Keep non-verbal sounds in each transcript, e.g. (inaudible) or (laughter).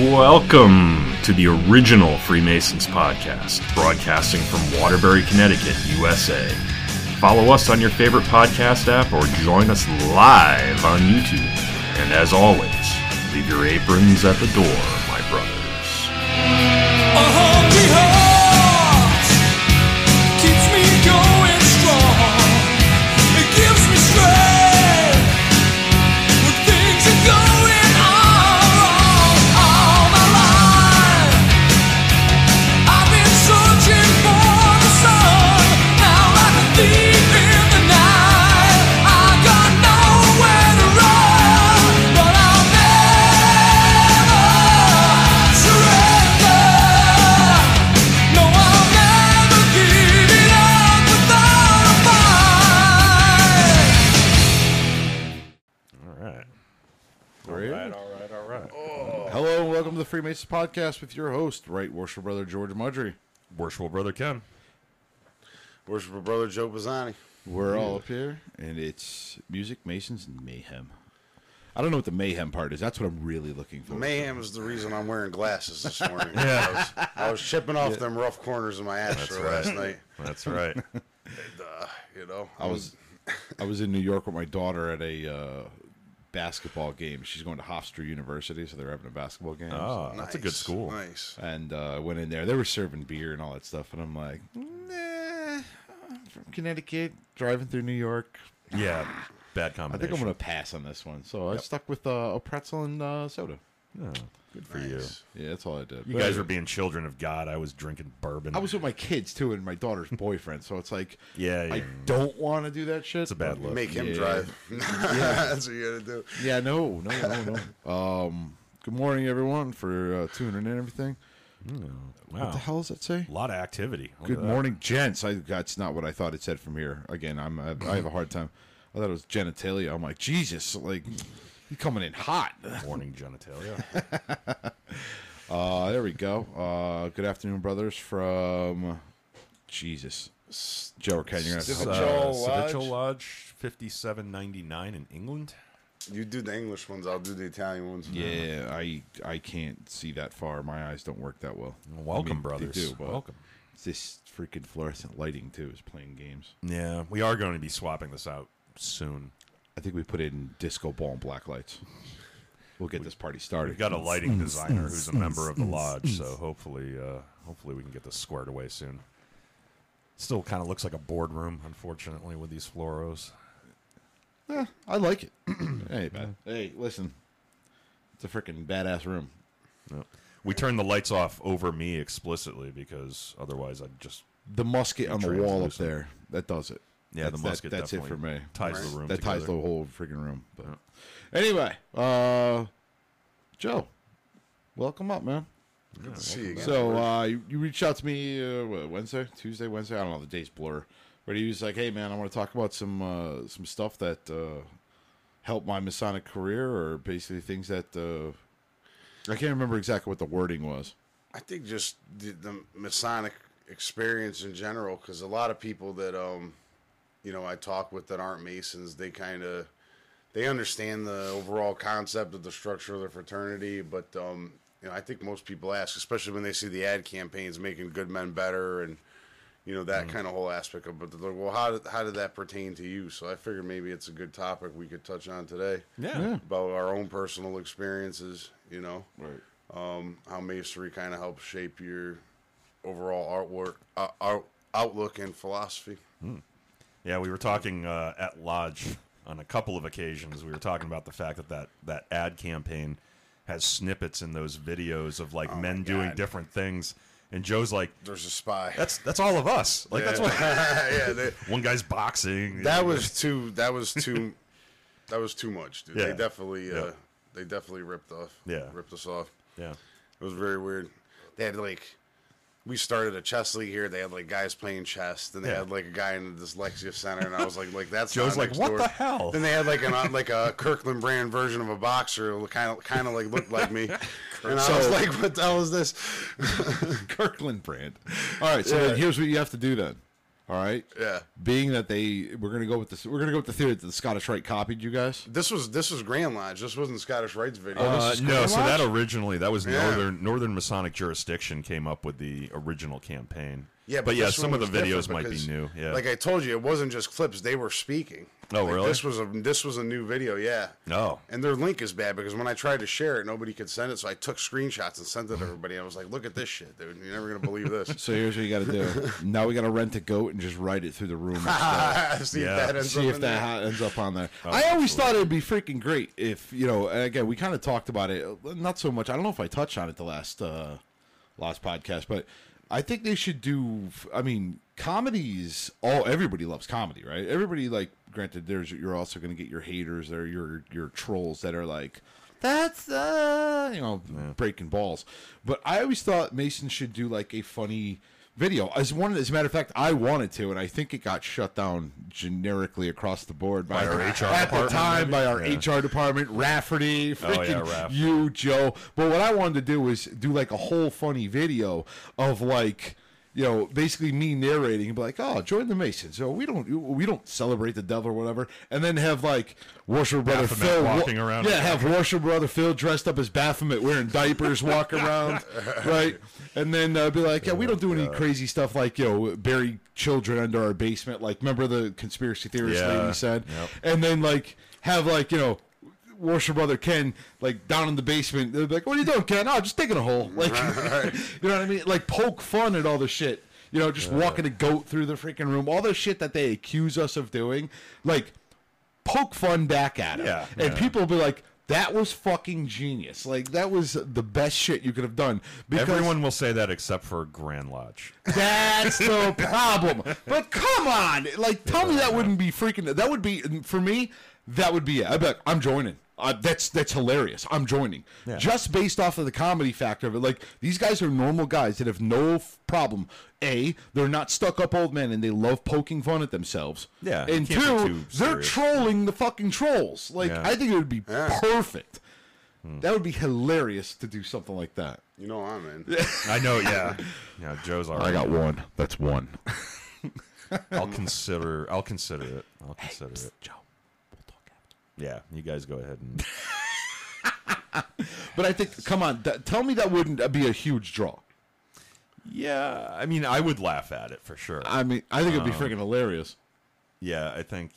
Welcome to the original Freemasons podcast, broadcasting from Waterbury, Connecticut, USA. Follow us on your favorite podcast app or join us live on YouTube. And as always, leave your aprons at the door, my brothers. A hungry heart keeps me going strong. It gives me strength when things are going all wrong. All my life I've been searching for the sun. Now I'm deep in the night. I got nowhere to run, but I'll never surrender. No, I'll never give it up without a fight. Hello and welcome to the Freemasons Podcast with your host, Right Worshipful Brother George Mudry. Worshipful Brother Ken. Worshipful brother Joe Pisani. We're all up here, and it's music, Masons, and mayhem. I don't know what the mayhem part is. That's what I'm really looking for. Mayhem is the reason I'm wearing glasses this morning. I, was, I was chipping off them rough corners of my ashtray last night. That's (laughs) right. You know, I was, I was in New York with my daughter at a uh, basketball game. She's going to Hofstra University, so they're having a basketball game. Oh, that's a good nice, school. Nice. And uh, I went in there. They were serving beer and all that stuff, and I'm like, nah. I'm from Connecticut, driving through New York. Yeah, bad I combination. think I'm gonna pass on this one, so I stuck with uh, a pretzel and uh, soda. Good for you. Nice. Yeah, that's all I did. You guys were being children of God. I was drinking bourbon. I was with my kids too, and my daughter's (laughs) boyfriend. So it's like, Yeah, yeah. I don't want to do that shit. It's a bad look. Make him Yeah. drive. (laughs) That's what you gotta do. Yeah, no, no, no, no. (laughs) um, good morning, everyone, for uh, tuning in and everything. Mm, wow. What the hell does that say? A lot of activity. Look Good at that. morning, gents. I that's not what I thought it said from here. Again, I'm I, I have a hard time. I thought it was genitalia. I'm like, Jesus, like you coming in hot. (laughs) Morning, (laughs) genitalia. Uh, there we go. Uh, good afternoon, brothers from Jesus. Joe or Ken, you're gonna have to help me. Joel Savitchal Lodge. Lodge, fifty-seven ninety-nine in England. You do the English ones, I'll do the Italian ones. Yeah, I I can't see that far. My eyes don't work that well. I Welcome, mean, they brothers. do, but Welcome. It's this freaking fluorescent lighting too is playing games. Yeah, we are going to be swapping this out soon. I think we put in disco ball and black lights. We'll get this party We've started. got a lighting designer who's a member of the lodge, so hopefully, uh, hopefully we can get this squared away soon. Still, kind of looks like a boardroom, unfortunately, with these floros. Yeah, I like it. (clears throat) hey, man. Hey, listen. It's a freaking badass room. We turned the lights off over me explicitly because otherwise I'd just The musket on the wall up Translucent. there that does it. yeah That's- the that- musket. that's it for definitely me. Ties the room. that ties the together. whole freaking room. But anyway, uh, Joe, welcome up, man. Good to see you again. So uh, you, you reached out to me uh, what, Wednesday, Tuesday, Wednesday. I don't know. The days blur. But he was like, "Hey, man, I want to talk about some uh, some stuff that uh, helped my Masonic career, or basically things that uh, I can't remember exactly what the wording was." (laughs) I think just the, the Masonic experience in general, because a lot of people that um, you know, I talk with that aren't Masons, they kind of they understand the overall concept of the structure of the fraternity, but um, you know, I think most people ask, especially when they see the ad campaigns making good men better and you know that kind of whole aspect of, it, but they're like, well, how did how did that pertain to you? So I figured maybe it's a good topic we could touch on today yeah. about our own personal experiences, you know, Right. um, how masonry kind of helps shape your overall artwork, uh, out, outlook, and philosophy. Yeah, we were talking uh, at Lodge on a couple of occasions. We were talking about the fact that that, that Oh ad campaign has snippets in those videos of like men doing different things. And Joe's like, There's a spy. (laughs) that's that's all of us. Like that's what yeah, they, one guy's boxing. that was too. That was too. that was too much, dude. Yeah. They definitely. Uh, Yeah. They definitely ripped off. Yeah. ripped us off. yeah, It was very weird. They had like. We started a chess league here. They had like guys playing chess. Then they Yeah. had like a guy in the dyslexia center, and I was like, like that's (laughs) Joe's not like, next "What door." the hell? Then they had like an uh, like a Kirkland brand version of a boxer, kind of kind of like looked like (laughs) me, and I was like, what the hell is this? Kirkland brand. All right, so then here's what you have to do then. All right. Yeah. Being that they, we're gonna go with this. We're gonna go with the theory that the Scottish Rite copied you guys. This was this was Grand Lodge. This wasn't Scottish Rights video. Uh, This was no, Grand so Lodge? that originally that was Yeah. northern Northern Masonic jurisdiction came up with the original campaign. Yeah, but, yeah, this some one of the was different videos might be because, new. Yeah, like I told you, it wasn't just clips; they were speaking. Oh, Like, really? This was a this was a new video, yeah. Oh. and their link is bad because when I tried to share it, nobody could send it, so I took screenshots and sent it to everybody. I was like, "Look at this shit, dude! You're never gonna believe this." So here's what you got to do. now we got to rent a goat and just ride it through the room. (laughs) instead. (laughs) See Yeah. if that ends see up if that in there. ha- ends up on there. I always thought it'd be freaking great if you know. and Again, we kind of talked about it, uh, not so much. I don't know if I touched on it the last uh, last podcast, but I think they should do. f- I mean, comedies. All everybody loves comedy, right? Everybody like. Granted, there's you're also going to get your haters or your your trolls that are like. That's uh, you know breaking balls, but I always thought Mason should do like a funny video. As one, as a matter of fact, I wanted to, and I think it got shut down generically across the board by, (laughs) By our HR at the department, time by our maybe? HR department, Rafferty, Oh, yeah, freaking Raff. you, Joe. But what I wanted to do was do like a whole funny video of like. You know, basically me narrating, and be like, "Oh, join the Masons." So we don't we don't celebrate the devil or whatever, and then have like worship brother Baphomet Phil wa- walking around. Yeah, have worship brother Phil dressed up as Baphomet, wearing diapers, (laughs) walk around, right? And then uh, be like, yeah, we don't do any crazy stuff like you know bury children under our basement. Like, remember the conspiracy theorist Yeah. lady said, Yep. and then like have like you know. Worship brother Ken, like down in the basement, they're like, "What are you doing, Ken? Oh, just digging a hole." Like, (laughs) you know what I mean? Like poke fun at all the shit. You know, just walking a goat through the freaking room, all the shit that they accuse us of doing. Like, poke fun back at it. Yeah. And people will be like, that was fucking genius. Like, that was the best shit you could have done. Because everyone will say that except for Grand Lodge. that's (laughs) the problem. But come on. Like, tell me that wouldn't be freaking. That would be, for me, that would be it. I bet I'm joining. Uh, that's that's hilarious. I'm joining just based off of the comedy factor of it. Like these guys are normal guys that have no f- problem. A, they're not stuck up old men and they love poking fun at themselves. Yeah, you and can't be two, too they're serious. trolling the fucking trolls. Like Yeah. Hmm. I think it would be Yeah. perfect. That would be hilarious to do something like that. You know I'm in. I know. Yeah, yeah. Joe's already. I got one. That's one. I'll consider. I'll consider it. I'll consider it. Joe, we'll talk after. Yeah, you guys go ahead and. But I think, come on, th- tell me that wouldn't be a huge draw. yeah, I mean, I would laugh at it for sure. I mean, I think it'd Uh, be freaking hilarious. Yeah, I think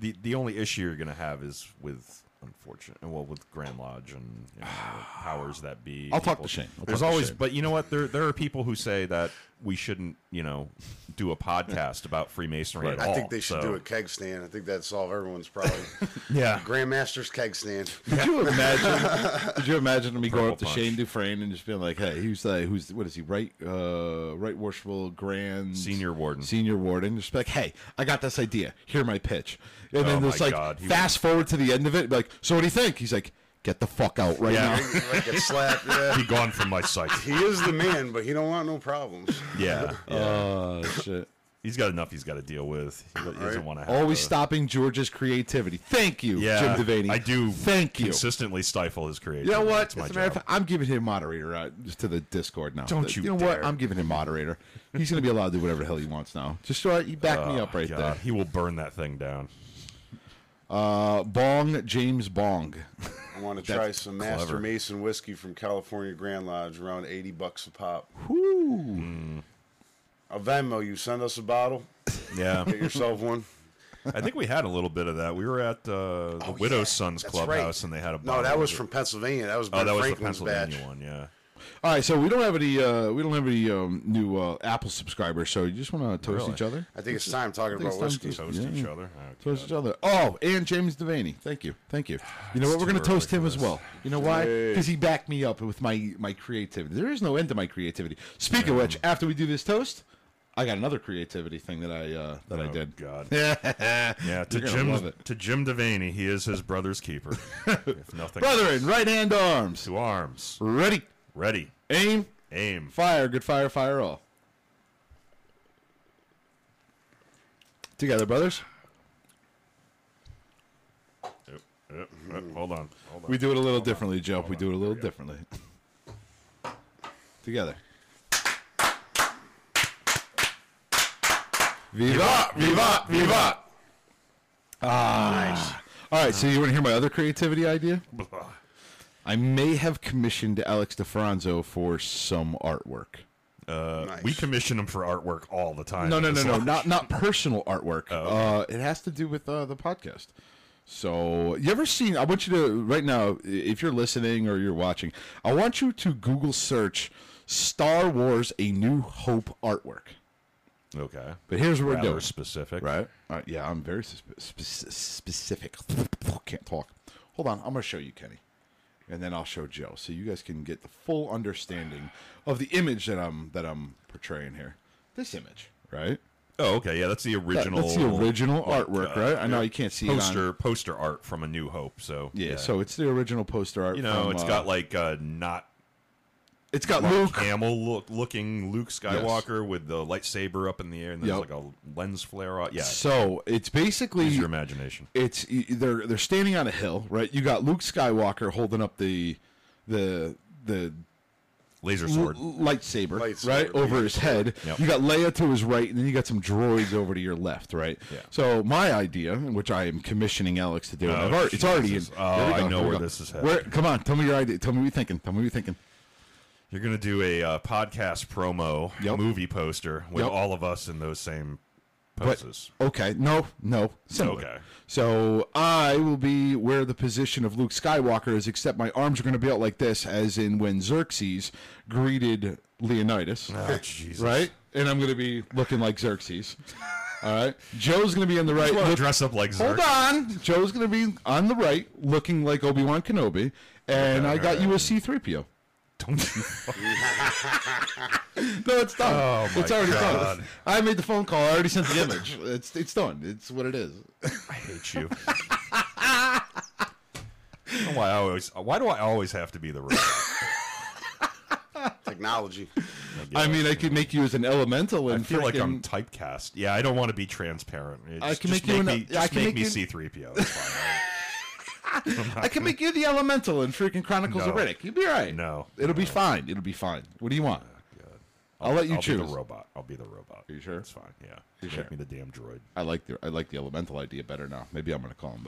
the the only issue you're gonna have is with unfortunate uh, well with Grand Lodge and you know, (sighs) the powers that be. I'll talk people- to Shane. I'll There's talk to always, Shane. but you know what? There there are people who say that we shouldn't you know do a podcast about Freemasonry at I all. think they should Oh, so- do a keg stand. I think that'd solve everyone's problem. Yeah, Grandmaster's keg stand. (laughs) Could you (laughs) imagine? could you imagine me going Purple up to punch. Shane Dufresne and just being like, "Hey, who's the who's what is he? Right, uh, right, worshipful grand Senior warden. senior warden." Just be like, "Hey, I got this idea. Hear my pitch." And then Oh it's my like, God, he fast forward to the end of it, be like, "So what do you think?" He's like, "Get the fuck out right Yeah. now." (laughs) like a slap. Yeah. be gone from my (laughs) sight. He is the man, but he don't want no problems. Yeah, yeah. Oh shit! he's got enough he's got to deal with. He, he doesn't Right. want to have Always to- stopping George's creativity. Thank you, Uh, Yeah, Jim Devaney. I do. Thank you. Consistently stifle his creativity. You know what? It's my As a matter of job. fact, I'm giving him moderator uh, just to the Discord now. Don't Th- you know dare. what? I'm giving him moderator. He's going to be allowed to do whatever the hell he wants now. Just so I- you back me Oh, up right God, there. He will burn that thing down. Uh, Bong James Bong. I want to try some Master clever. Mason whiskey from California Grand Lodge, around eighty bucks a pop. Whoo! A Venmo, you send us a bottle, (laughs) Yeah. get yourself one. I think we had a little bit of that. We were at uh, Oh, the Widow's Sons That's Clubhouse, and they had a No, bottle that was of it. from Pennsylvania. That was oh, Ben that was the Franklin's Pennsylvania batch. one. Yeah, All right, so we don't have any uh, we don't have any um, new uh, Apple subscribers, so you just want to toast Really? each other. I think it's time talking think about it's time whiskey. to- (laughs) Toast Yeah. each other. Oh, Toast God. each other. Oh, and James Devaney. Thank you, thank you. You know Ah, It's what? We're too going to toast early him for as this. well. You know why? Because he backed me up with my my creativity. There is no end to my creativity. Speaking of which, after we do this toast, I got another creativity thing that I uh, that I Oh, did. God. (laughs) Yeah, Yeah, to You're gonna love Jim it. to Jim Devaney, he is his brother's (laughs) keeper. if nothing, Brethren, right hand arms. to arms, Ready, ready, aim, aim. fire. Good fire, fire all. Together, brothers. Yep, yep, yep, Uh, Hold on, hold on. We do it a little differently, Joe. We do it a little differently. Together. Viva! Viva! Viva! Ah. Nice. All right, so you want to hear my other creativity idea? Blah. I may have commissioned Alex DeFranzo for some artwork. nice. We commission him for artwork all the time. No, no, no, It's no, Oh. like- not not personal artwork. uh, it has to do with uh, the podcast. So, you ever seen? I want you to right now, i- if you're listening or you're watching, I want you to Google search "Star Wars: A New Hope" artwork. Okay, But here's what we're rather doing, specific, right? Uh, yeah, I'm very suspe- spec- specific. (laughs) Can't talk. Hold on, I'm going to show you Kenny, and then I'll show Joe, so you guys can get the full understanding of the image that I'm that I'm portraying here. This image, right? Oh, okay, yeah, that's the That- original. That's the original artwork, uh, right? I know you can't see it on. poster poster art from A New Hope. So Yeah, so it's the original poster art. you know, from, it's uh, got like uh, not it's got Mark Luke. Hamill look looking Luke Skywalker with the lightsaber up in the air, and there's Yep. like a lens flare on. Yeah, So it's basically use your imagination. it's y- they're they're standing on a hill, right? You got Luke Skywalker holding up the the the Laser sword. l- lightsaber, Lightsaber, right over yeah. his head. Yep. You got Leia to his right, and then you got some droids over to your left, right? Yeah. So my idea, which I am commissioning Alex to do, and Oh, I've already, it's already in. Jesus. Oh, Here we I know here we where this is Where? headed. Come on, tell me your idea. Tell me what you're thinking. Tell me what you're thinking. You're gonna do a uh, podcast promo Yep. movie poster with Yep. all of us in those same poses. Okay, no, no, similar. Okay. So I will be where the position of Luke Skywalker is, except my arms are going to be out like this, as in when Xerxes greeted Leonidas, (laughs) Oh, Jesus. right? And I'm going to be looking like Xerxes. All right. Joe's going to be on the right. You wanna look- dress up like Hold Xerxes. on. Joe's going to be on the right, looking like Obi Wan Kenobi, and I got you a C-3PO. (laughs) Don't you- No, it's done. Oh, my it's already God. done. I made the phone call. I already sent the image. It's it's done. It's what it is. I hate you. (laughs) I don't know why I always? Why do I always have to be (laughs) the right? Technology. I mean, I could make you as an elemental I and feel like I'm freaking- typecast. Yeah, I don't want to be transparent. It's, I can just make you me. an- just I can make, make me you- C-3PO. (laughs) It's fine. I can make you the elemental in freaking Chronicles of No. Riddick. You'd be all right. No. Oh, it'll be fine. It'll be fine. What do you want? I'll, let you I'll choose. be the robot. I'll be the robot. Are you sure? It's fine. Yeah. Make sure? me the damn droid. I like the I like the elemental idea better now. Maybe I'm gonna call him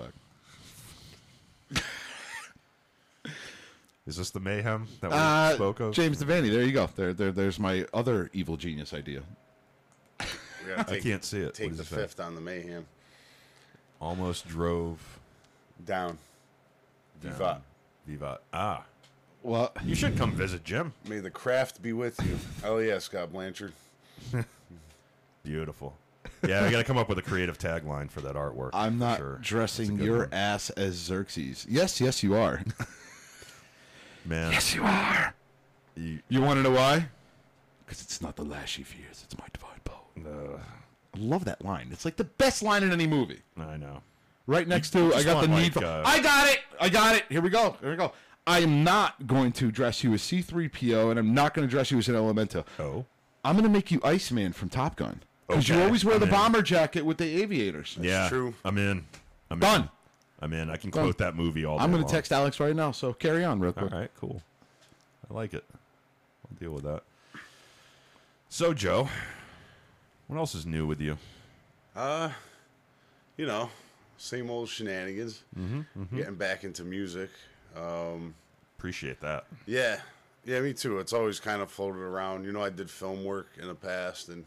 back. Is this the mayhem that we Oh, spoke Uh, of? James Devaney. There you go. There, there, there's my other evil genius idea. We gotta take- can't see it. Take What the does it say? fifth on the mayhem. Almost drove. Down. Vivat. down. Vivat. Ah. Well, You should come visit Jim. May the craft be with (laughs) you. oh yeah, Scott Blanchard. Beautiful. Yeah, I got to come up with a creative tagline for that artwork. I'm for not sure. That's a dressing good your one. ass as Xerxes. Yes, yes, you are. (laughs) man. you are. You, You want to know why? Because it's not the lash he fears; it's my divine bow. uh, I love that line. It's like the best line in any movie. I know. Right next to I just got the want, need like, for uh, I got it. I got it. Here we go. Here we go. I am not going to dress you as C3PO and I'm not going to dress you as an elemental. Oh. I'm going to make you Iceman from Top Gun. Cuz you Okay, always wear I'm the in. bomber jacket with the aviators. yeah. true. I'm in. I'm Done. In. I'm in. I can Done. quote that movie all day I'm going to long. text Alex right now. So carry on real All quick. right, cool. I like it. I'll deal with that. So, Joe, what else is new with you? Uh, you know, same old shenanigans. Mm-hmm, Getting back into music. Um, Appreciate that. yeah, yeah, me too. It's always kind of floated around. You know, I did film work in the past, and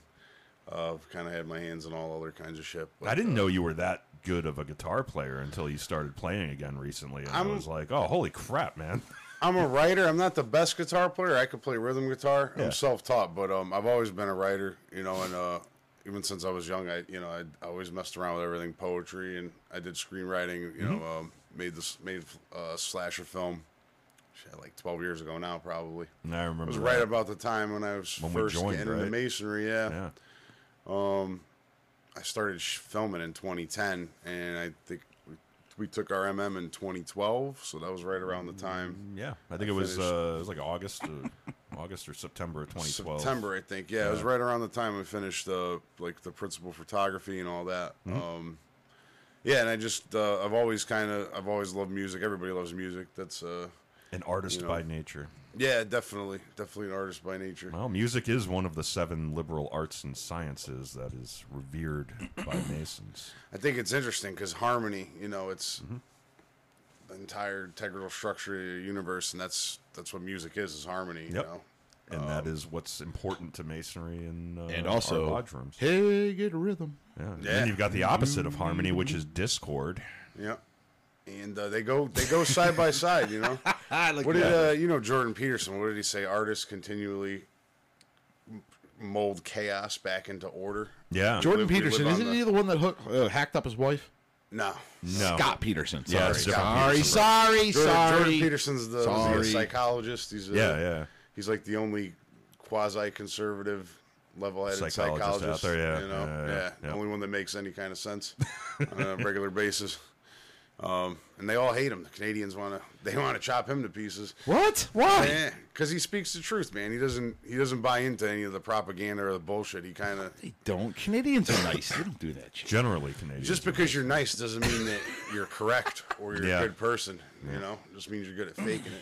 uh, I've kind of had my hands in all other kinds of shit. But I didn't know you were that good of a guitar player until you started playing again recently. And I I'm- was like, oh, holy crap, man. I'm a writer. I'm not the best guitar player. I could play rhythm guitar. I'm self-taught, but um, I've always been a writer. You know, and uh, even since I was young, I you know I, I always messed around with everything poetry, and I did screenwriting. You Mm-hmm. know, um, made this made uh, slasher film, shit, like 12 years ago now, probably. And I remember It was that. right about the time when I was When we first joined, getting right? into masonry. Um, Yeah. I started sh- filming in 2010, and I think we, we took our MM in 2012, so that was right around the time Yeah, I think it was finished. uh, it was like August, or, (laughs) August or September of 2012. September, I think. Yeah, it was right around the time I finished uh, like the principal photography and all that. Um, yeah, and I just uh, I've always kind of I've always loved music. Everybody loves music. That's uh, An artist You know. by nature. yeah, definitely, definitely an artist by nature. Well, music is one of the seven liberal arts and sciences that is revered (coughs) by Masons. I think it's interesting because harmony, you know, it's the entire integral structure of your universe, and that's that's what music is is harmony. You Yep. know, um, And that is what's important to masonry and uh, and our also, lodge rooms. hey, get a rhythm. Yeah. And Yeah. Mm-hmm. then you've got the opposite of harmony, which is discord. yeah. And uh, they go they go side by side. You know, what did uh, you know Jordan Peterson? What did he say? Artists continually m- mold chaos back into order. Yeah. Jordan We- we Peterson, live on isn't the- he the one that hook, uh, hacked up his wife? No, no. Scott Peterson. Sorry, Yeah, it's different sorry, Peterson, sorry, Jordan, sorry. Jordan Peterson's the, was he a Sorry. psychologist. He's a, Yeah, yeah. He's like the only quasi-conservative, level-headed Psychologist psychologist, out there, yeah, you know, yeah, yeah, yeah, the yeah. only one that makes any kind of (laughs) sense on a regular basis. Um, and they all hate him. The Canadians want to they want to chop him to pieces. What? Why? Yeah, because he speaks the truth, man. He doesn't he doesn't buy into any of the propaganda or the bullshit. He kind of They don't. Canadians are nice. They don't do that shit. Generally Canadian. just because you're nice doesn't mean that you're correct or you're a Yeah. good person. You know, just means you're good at faking it.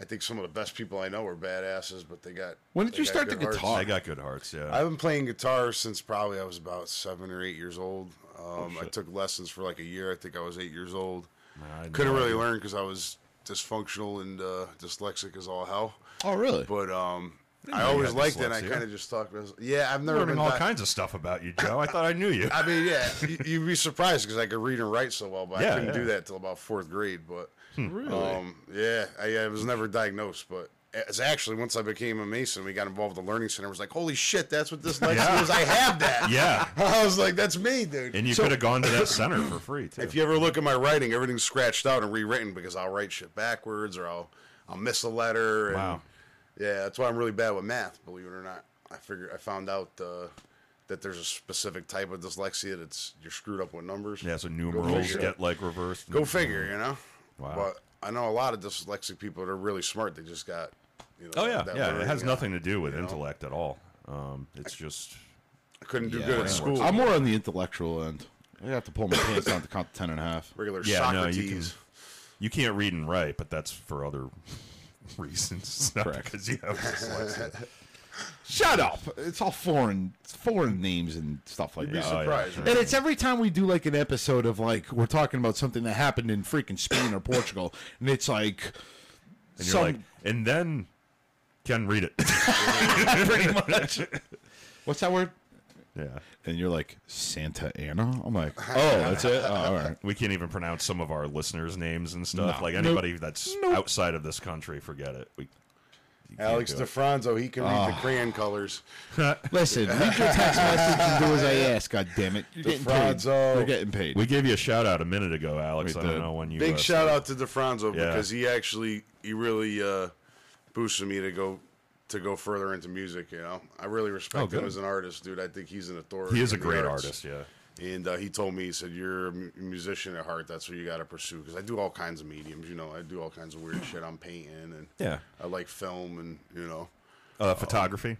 I think some of the best people I know are badasses, but they got. When did they you got start good the hearts. guitar? they got good hearts, yeah. I've been playing guitar since probably I was about seven or eight years old. Um, I took lessons for like a year. I think I was eight years old. I had Couldn't no really idea. learn because I was dysfunctional and uh, dyslexic as all hell. Oh, really? But um, I know you always had liked it. and I dyslexia. kind of just talked. to myself- Yeah, I've never learning been all di- kinds of stuff about you, (laughs) Joe. I thought I knew you. I mean, yeah, you- you'd be surprised because I could read and write so well, but I Yeah, couldn't yeah. Hmm. do that till about fourth grade. But really? um, yeah, I, I was never diagnosed, but it's actually once I became a Mason, we got involved with the learning center. I was like, holy shit, that's what dyslexia is. I have that. Yeah. (laughs) I was like, that's me, dude. And you could have gone to that center (coughs) for free too. if you ever look at my writing, everything's scratched out and rewritten because I'll write shit backwards or I'll I'll miss a letter. And Wow. Yeah, that's why I'm really bad with math. Believe it or not, I figured I found out uh, that there's a specific type of dyslexia that's you're screwed up with numbers. yeah, so numerals figure. get like reversed. Go figure, you know. Wow. But I know a lot of dyslexic people that are really smart. They just got. You know, Oh yeah, that yeah. It learning, has you know. nothing to do with intellect at all. Um, it's just I couldn't do good at school. I'm more on the intellectual end. I have to pull my pants down to count to ten and a half. regular yeah. No, Socrates. you can you can't read and write, but that's for other (laughs) reasons. It's not because you have dyslexia. Shut up! It's all foreign, it's foreign names and stuff like that. Oh, yeah. surprised, And it's every time we do like an episode of like we're talking about something that happened in freaking Spain or Portugal, and it's like And you're like, and then can read it. (laughs) pretty much. What's that word? yeah, And you're like Santa Ana. I'm (laughs) like, oh, that's it. Oh, all right. we can't even pronounce some of our listeners' names and stuff. No. Like Nope. anybody that's outside of this country, forget it. We Alex can't do Ah. DeFranzo, he can read the crayon colors. (laughs) Listen, read your (laughs) text message and do as I ask. God damn it, you're The getting paid. Franzo. You're getting paid. we gave you a shout out a minute ago, Alex. We I don't did. know when you Big uh, shout out to DeFranzo Yeah. because he actually he really uh, boosted me to go to go further into music. You know, I really respect him as an artist, dude. I think he's an authority. Oh, He is a in the great arts. artist. Yeah. And uh, he told me, he said, "You're a mu- musician at heart. That's what you got to pursue." Because I do all kinds of mediums. You know, I do all kinds of weird shit. I'm painting and Yeah. I like film and you know Uh, photography.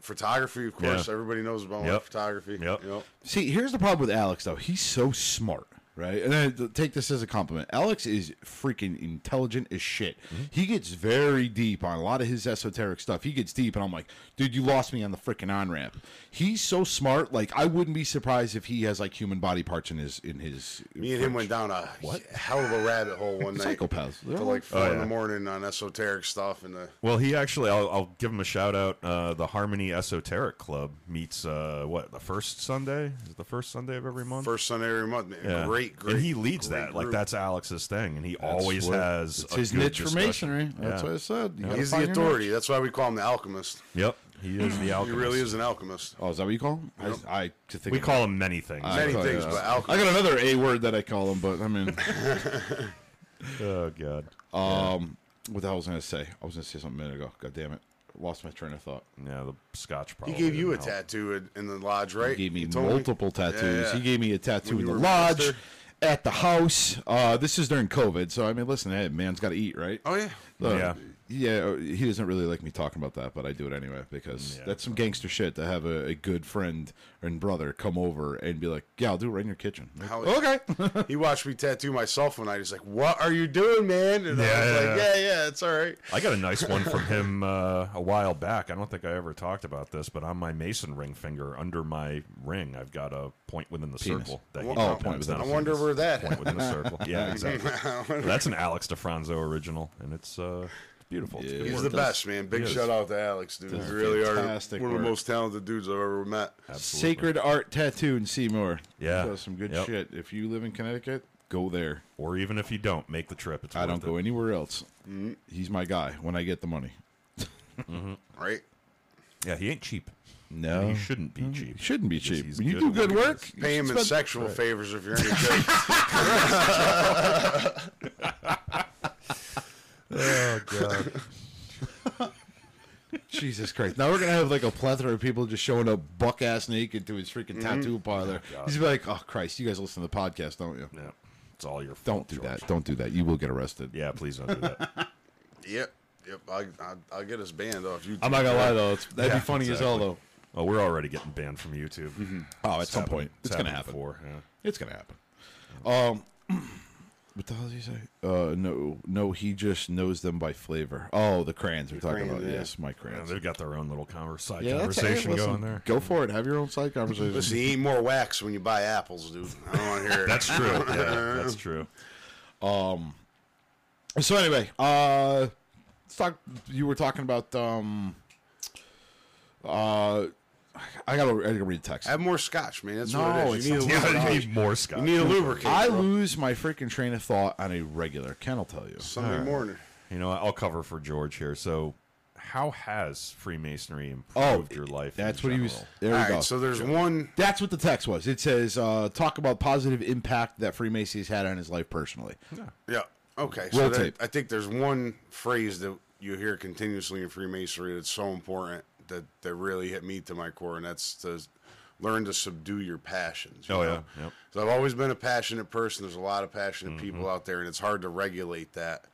photography. Of course, Yeah. everybody knows about my Yep. photography. Yep. See, here's the problem with Alex though. He's so smart, right? And I take this as a compliment. Alex is freaking intelligent as shit. He gets very deep on a lot of his esoteric stuff. He gets deep, and I'm like, dude, you lost me on the freaking on ramp. He's so smart. Like, I wouldn't be surprised if he has like human body parts in his in his. Me and him went down a hell of a rabbit hole one night. Psychopaths. They're Till all- like four in Oh, yeah. the morning on esoteric stuff and uh, the Well, he actually, I'll, I'll give him a shout out. Uh, the Harmony Esoteric Club meets uh, what the first Sunday? Is it the first Sunday of every month? first Sunday every month. Man, Yeah. Great great, great. and he leads great that. group. Like that's Alex's thing, and he always what- has it's a his good niche for discussion. masonry. That's Yeah. what I said. You gotta he's the find your authority. niche. That's why we call him the alchemist. Yep, he is the alchemist. He really is an alchemist. Oh, is that what you call him? I, I to think We of- call him many things. I Many call- things, yeah. but I alchemist. got another A word that I call him, but I mean, (laughs) oh god. um, what the hell was I gonna say? I was gonna say something a minute ago. God damn it, lost my train of thought. Yeah, the Scotch He probably. gave you a didn't help. tattoo in- in the lodge, right? Oh, He gave me You told me. multiple tattoos. Yeah, yeah. He gave me a tattoo When in you the were lodge, master. at the house. Uh, this is during COVID, so I mean, listen, hey, man's got to eat, right? Oh yeah. Uh, Yeah. yeah. He doesn't really like me talking about that, but I do it anyway because Yeah. that's some gangster shit to have a, a good friend and brother come over and be like, "Yeah, I'll do it right in your kitchen." Like, oh, How- okay. (laughs) he watched me tattoo myself one night. He's like, "What are you doing, man?" And I was Yeah, like, "Yeah, yeah. yeah, it's all right." I got a nice one from him uh, a while back. I don't think I ever talked about this, but on my mason ring finger, under my ring, I've got a point within the Penis. circle. That he Oh, dropped point in. It's within not I a wonder penis. where that. point within the circle. Yeah, exactly. (laughs) That's an Alex DeFranzo original, and it's uh, it's beautiful. It's good He's work. the best, man. Big Yes. shout out to Alex, dude. You really are fantastic one of work. the most talented dudes I've ever met. Absolutely. Sacred Art Tattoo in Seymour. Yeah. does some good Yep. shit. If you live in Connecticut, go there. Or even if you don't make the trip, it's I worth don't it. go anywhere else. Mm. He's my guy when I get the money. Right? Yeah, he ain't cheap. No, He shouldn't be cheap. Oh. Mm-hmm. shouldn't be Because cheap. he's When you good do at good what he work, does. you Pay him in spend- sexual favors if you're any good. (laughs) Jesus Christ! Now we're gonna have like a plethora of people just showing up buck ass naked to his freaking Mm-hmm. tattoo parlor. He's gonna be like, "Oh Christ, you guys listen to the podcast, don't you? Yeah, it's all your fault. Don't do George. that. Don't do that. You will get arrested." Yeah, please don't do that. Yep. Yep. I, I, I'll get his band off you. I'm not gonna lie though; it's, that'd Yeah, be funny as hell though. exactly. Well, we're already getting banned from YouTube. Oh, at It's some happened- point, it's, gonna happened happen. before, yeah. It's gonna happen. Um, (clears throat) what the hell did you say? Uh, no, no, he just knows them by flavor. Oh, the crayons we're talking crayons, about. yeah. Yes, my Yeah, crayons. they've got their own little converse, side Yeah, that's- hey, conversation listen, going there. Go for it. Have your own side conversation. Listen, you eat more wax when you buy apples, dude. I don't want to hear it. (laughs) (laughs) That's true. Yeah, that's (laughs) true. So anyway, uh, let's talk. You were talking about um, uh, I gotta, I gotta read the text. Have more scotch, man. That's No, what it is. You it's need, a not Yeah, lubricant. you need more Scott. you need a lubricant. I bro. lose my freaking train of thought on a regular. Ken will tell you. Sunday morning. You know, I'll cover for George here. So, how has Freemasonry Oh, improved your life? in That's what he was. general? There All we right, go. so there's one. That's what the text was. It says, uh, "Talk about positive impact that Freemasonry's had on his life personally." Yeah. Okay. Roll So that- tape. I think there's one phrase that you hear continuously in Freemasonry that's so important that that really hit me to my core, and that's to learn to subdue your passions. you Oh, know? yeah. Yep. Mm-hmm. So I've always been a passionate person. There's a lot of passionate people out there, and it's hard to regulate that.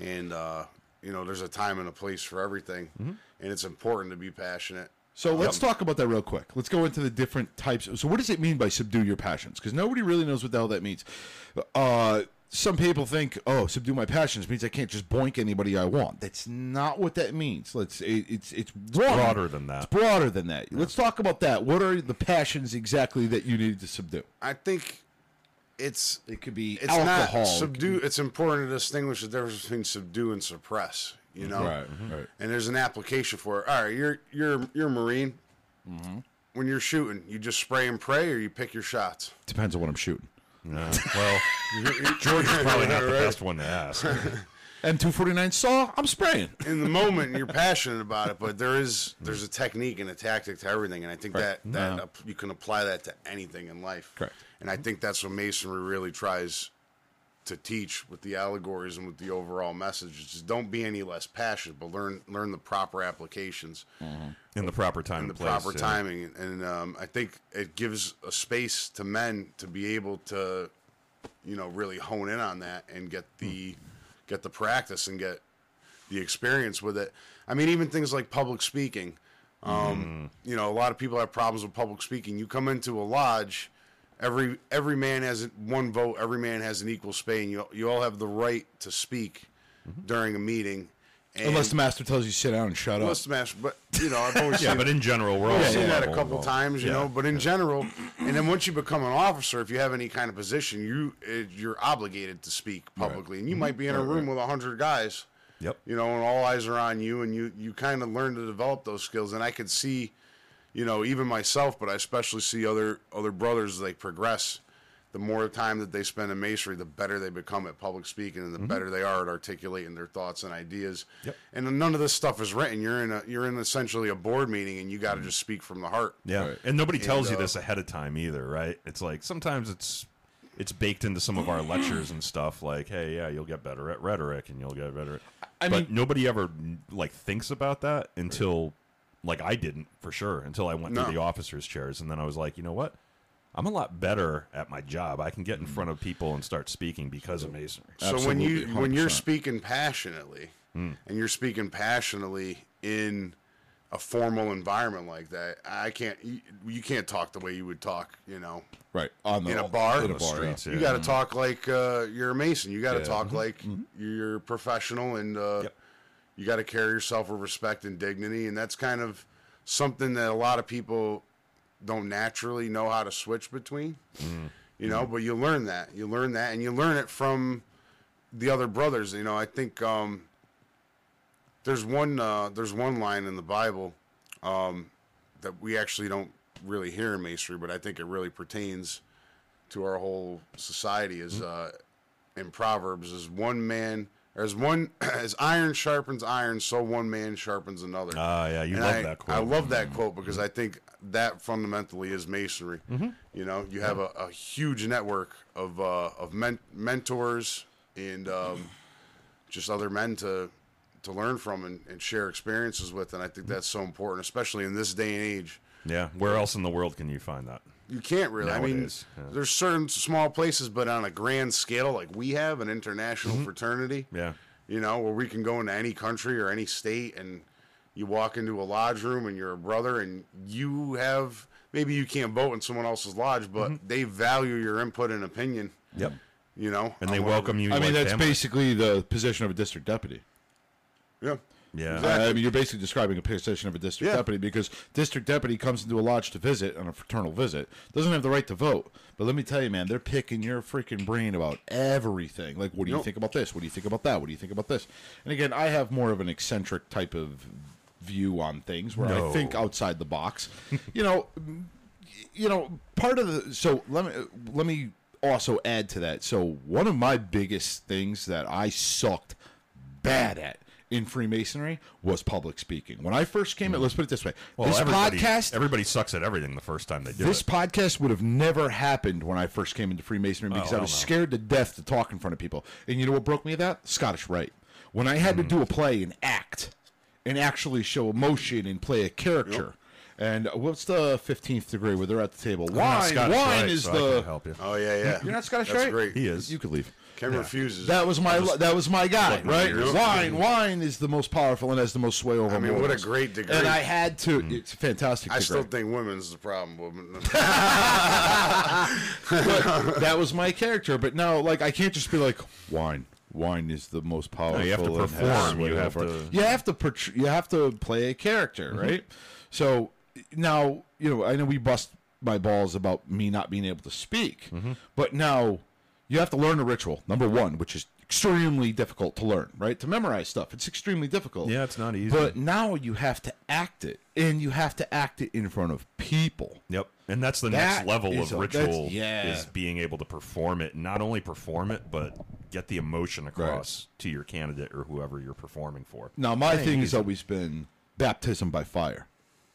And uh, you know, there's a time and a place for everything, Mm-hmm. and it's important to be passionate. So let's talk about that real quick. Let's go into the different types. So what does it mean by subdue your passions? Because nobody really knows what the hell that means. Uh, some people think, oh, subdue my passions means I can't just boink anybody I want. That's not what that means. Let's it, it's it's, one- broader than that. It's broader than that. Let's talk about that. What are the passions exactly that you need to subdue? I think it's It could be it's alcohol. not subdue. It's important to distinguish the difference between subdue and suppress. You know, Right, mm-hmm. right. And there's an application for it. All right, you're you're you're a marine. Mm-hmm. When you're shooting, you just spray and pray, or you pick your shots. Depends on what I'm shooting. No. Uh, (laughs) Well, (laughs) George is (laughs) probably not the best one to ask. M249 saw. I'm spraying. In the moment, you're passionate about it, but there is there's a technique and a tactic to everything, and I think that that ap- you can apply that to anything in life. Correct. And I think that's what masonry really tries to teach with the allegories and with the overall message. Is just don't be any less passionate, but learn learn the proper applications. In the proper time and the place. proper yeah. timing, and, and um, I think it gives a space to men to be able to, you know, really hone in on that and get the get the practice and get the experience with it. I mean, even things like public speaking. Um, Mm-hmm. You know, a lot of people have problems with public speaking. You come into a lodge, every every man has one vote. Every man has an equal space. And you you all have the right to speak Mm-hmm. during a meeting. And Unless the master tells you sit down and shut up. Unless the master, but you know, (laughs) I've always Yeah, seen but in general, we're all I've seen that a level couple involved. times, you Yeah. know. But in general, and then once you become an officer, if you have any kind of position, you it, you're obligated to speak publicly, and you Mm-hmm. might be in a room with a hundred guys, Yep. you know, and all eyes are on you, and you you kind of learn to develop those skills. And I could see, you know, even myself, but I especially see other other brothers as they progress. the more time that they spend in masonry, the better they become at public speaking, and the better they are at articulating their thoughts and ideas. Yep. And none of this stuff is written. You're in a, you're in essentially a board meeting, and you got to just speak from the heart. Yeah, Right. and nobody tells And, you uh, this ahead of time either, right? It's like sometimes it's it's baked into some of our lectures and stuff. Like, hey, yeah, you'll get better at rhetoric, and you'll get better. At... I but mean- nobody ever like thinks about that until, like, I didn't for sure until I went No. through the officers' chairs, and then I was like, you know what? I'm a lot better at my job. I can get in front of people and start speaking because of masonry. So when you Absolutely, when you're 100%. speaking passionately, and you're speaking passionately in a formal environment like that, I can't you, you can't talk the way you would talk, you know, Right on the in a bar, in a the bar, yeah. streets. You got Yeah. to talk like uh, you're a mason. You got to Yeah. talk like you're professional, and uh, Yep. you got to carry yourself with respect and dignity. And that's kind of something that a lot of people don't naturally know how to switch between. You know, but you learn that. You learn that, and you learn it from the other brothers. You know, I think um, there's one uh, there's one line in the Bible um, that we actually don't really hear in masonry, but I think it really pertains to our whole society is uh, in Proverbs is one man as one (clears throat) as iron sharpens iron, so one man sharpens another. Ah, yeah, you And love I, that quote. Mm-hmm. I love that quote because I think that fundamentally is masonry. Mm-hmm. You know, you have a, a huge network of uh, of men- mentors and um, just other men to to learn from and, and share experiences with, and I Mm-hmm. think that's so important, especially in this day and age Yeah, where else in the world can you find that? you can't really. Nowadays, I yeah. mean, there's certain small places, but on a grand scale, like we have an international Mm-hmm. fraternity, Yeah, you know, where we can go into any country or any state, and you walk into a lodge room and you're a brother, and you have maybe you can't vote in someone else's lodge, but Mm-hmm. they value your input and opinion. Yep. You know, and they welcome you. I mean, like that's family. basically the position of a district deputy. Yeah. Yeah. Exactly. I mean, you're basically describing a position of a district Yeah. deputy because district deputy comes into a lodge to visit on a fraternal visit, doesn't have the right to vote. But let me tell you, man, they're picking your freaking brain about everything. Like, what do you Yep. think about this? What do you think about that? What do you think about this? And again, I have more of an eccentric type of view on things where I No. think outside the box. (laughs) you know, you know, part of the so let me let me also add to that. So one of my biggest things that I sucked bad at in Freemasonry was public speaking. When I first came in, let's put it this way: this everybody- podcast, Everybody sucks at everything the first time they do this it. podcast would have never happened when I first came into Freemasonry because I hell was no. scared to death to talk in front of people. And you know what broke me of that? Scottish Rite. When I had to do a play and act and actually show emotion and play a character. And what's the 15th degree where they're at the table? I'm not Wine, Scottish, wine right, is so I the. can't help you. Oh yeah, yeah. You're not Scottish, That's right? great. He is. You could leave. Ken refuses. That was my that was my guy, Fucking right? weird. Wine, wine is the most powerful and has the most sway over. I mean, what a mortals. great degree. And I had to. It's a fantastic. I degree. still think women's the (laughs) problem. Women. but that was my character. But now, like, I can't just be like wine. Wine is the most powerful. you have to and has perform. sway You have over- to- Mm-hmm. You have to. portray- You have to play a character, right? So now, you know, I know we bust my balls about me not being able to speak, Mm-hmm. but now you have to learn a ritual. Number one, which is extremely difficult to learn, right? To memorize stuff, it's extremely difficult. Yeah, it's not easy. But now you have to act it, and you have to act it in front of people. Yep, and that's the That next level is of a- ritual that's- yeah. is being able to perform it, and not only perform it, but get the emotion across to your candidate or whoever you're performing for. Now, my thing has always been baptism by fire.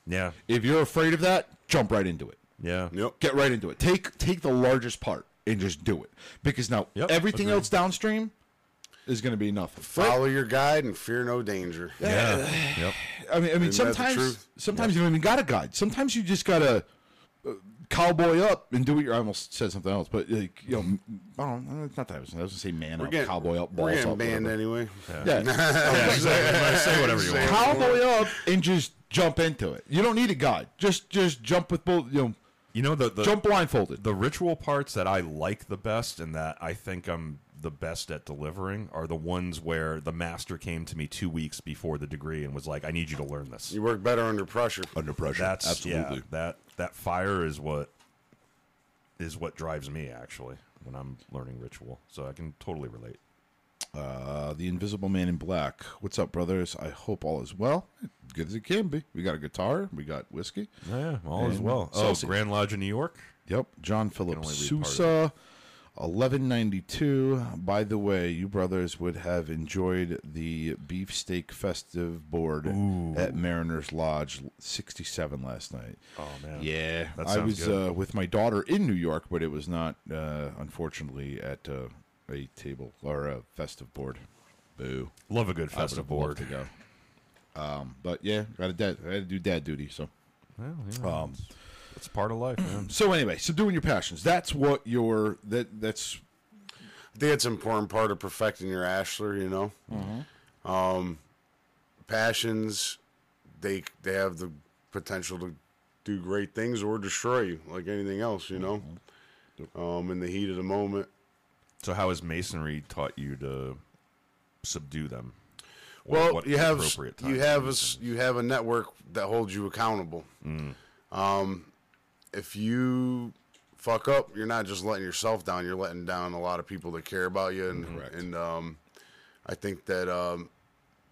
Yeah, If you're afraid of that, jump right into it. yeah, Yep. Get right into it. Take take the largest part and just do it because now Yep, everything agree. else downstream is going to be nothing. Follow your guide and fear no danger. yeah, yep. I mean, I mean, Isn't that the sometimes truth? sometimes you don't even got a guide. Sometimes you just got to cowboy up and do what you're. I almost said something else, but like, you know, I don't. know, It's not that I was. I was going to say man We're up, getting, cowboy up, we're balls getting up. banned whatever. anyway. Yeah. (laughs) Yeah, exactly. But Say whatever you want. cowboy up and just jump into it. You don't need a guide. Just just jump with both. You know. You know the, the jump blindfolded. the ritual parts that I like the best and that I think I'm the best at delivering are the ones where the master came to me two weeks before the degree and was like, "I need you to learn this." You work better under pressure. under pressure. That's yeah, that that fire is what is what drives me actually when I'm learning ritual. So I can totally relate. Uh, the Invisible Man in Black. What's up, brothers? I hope all is well. Good as it can be. We got a guitar. We got whiskey. Yeah, all is And well. Oh, sausage. Grand Lodge in New York. Yep, John Philip only read part of Sousa, 1192. By the way, you brothers would have enjoyed the beefsteak festive board at Mariners Lodge 67 last night. Oh man. Yeah, That I sounds was good. uh, with my daughter in New York, but it was not, uh, unfortunately, at uh, a table or a festive board. Boo! Love a I good would've festive loved board. to go. Um, but yeah, got a dad. I had to do dad duty. So, Well, yeah, um, it's part of life, man. so anyway, so doing your passions. That's what your that that's I think it's an important part of perfecting your ashler, you know. Mm-hmm. Um, passions, they they have the potential to do great things or destroy you, like anything else, you know. Mm-hmm. Um, in the heat of the moment. So how has masonry taught you to subdue them? Or Well, what you have appropriate time you have a s- you have a network that holds you accountable. Mm. Um, if you fuck up, you're not just letting yourself down; you're letting down a lot of people that care about you. And and um, I think that um,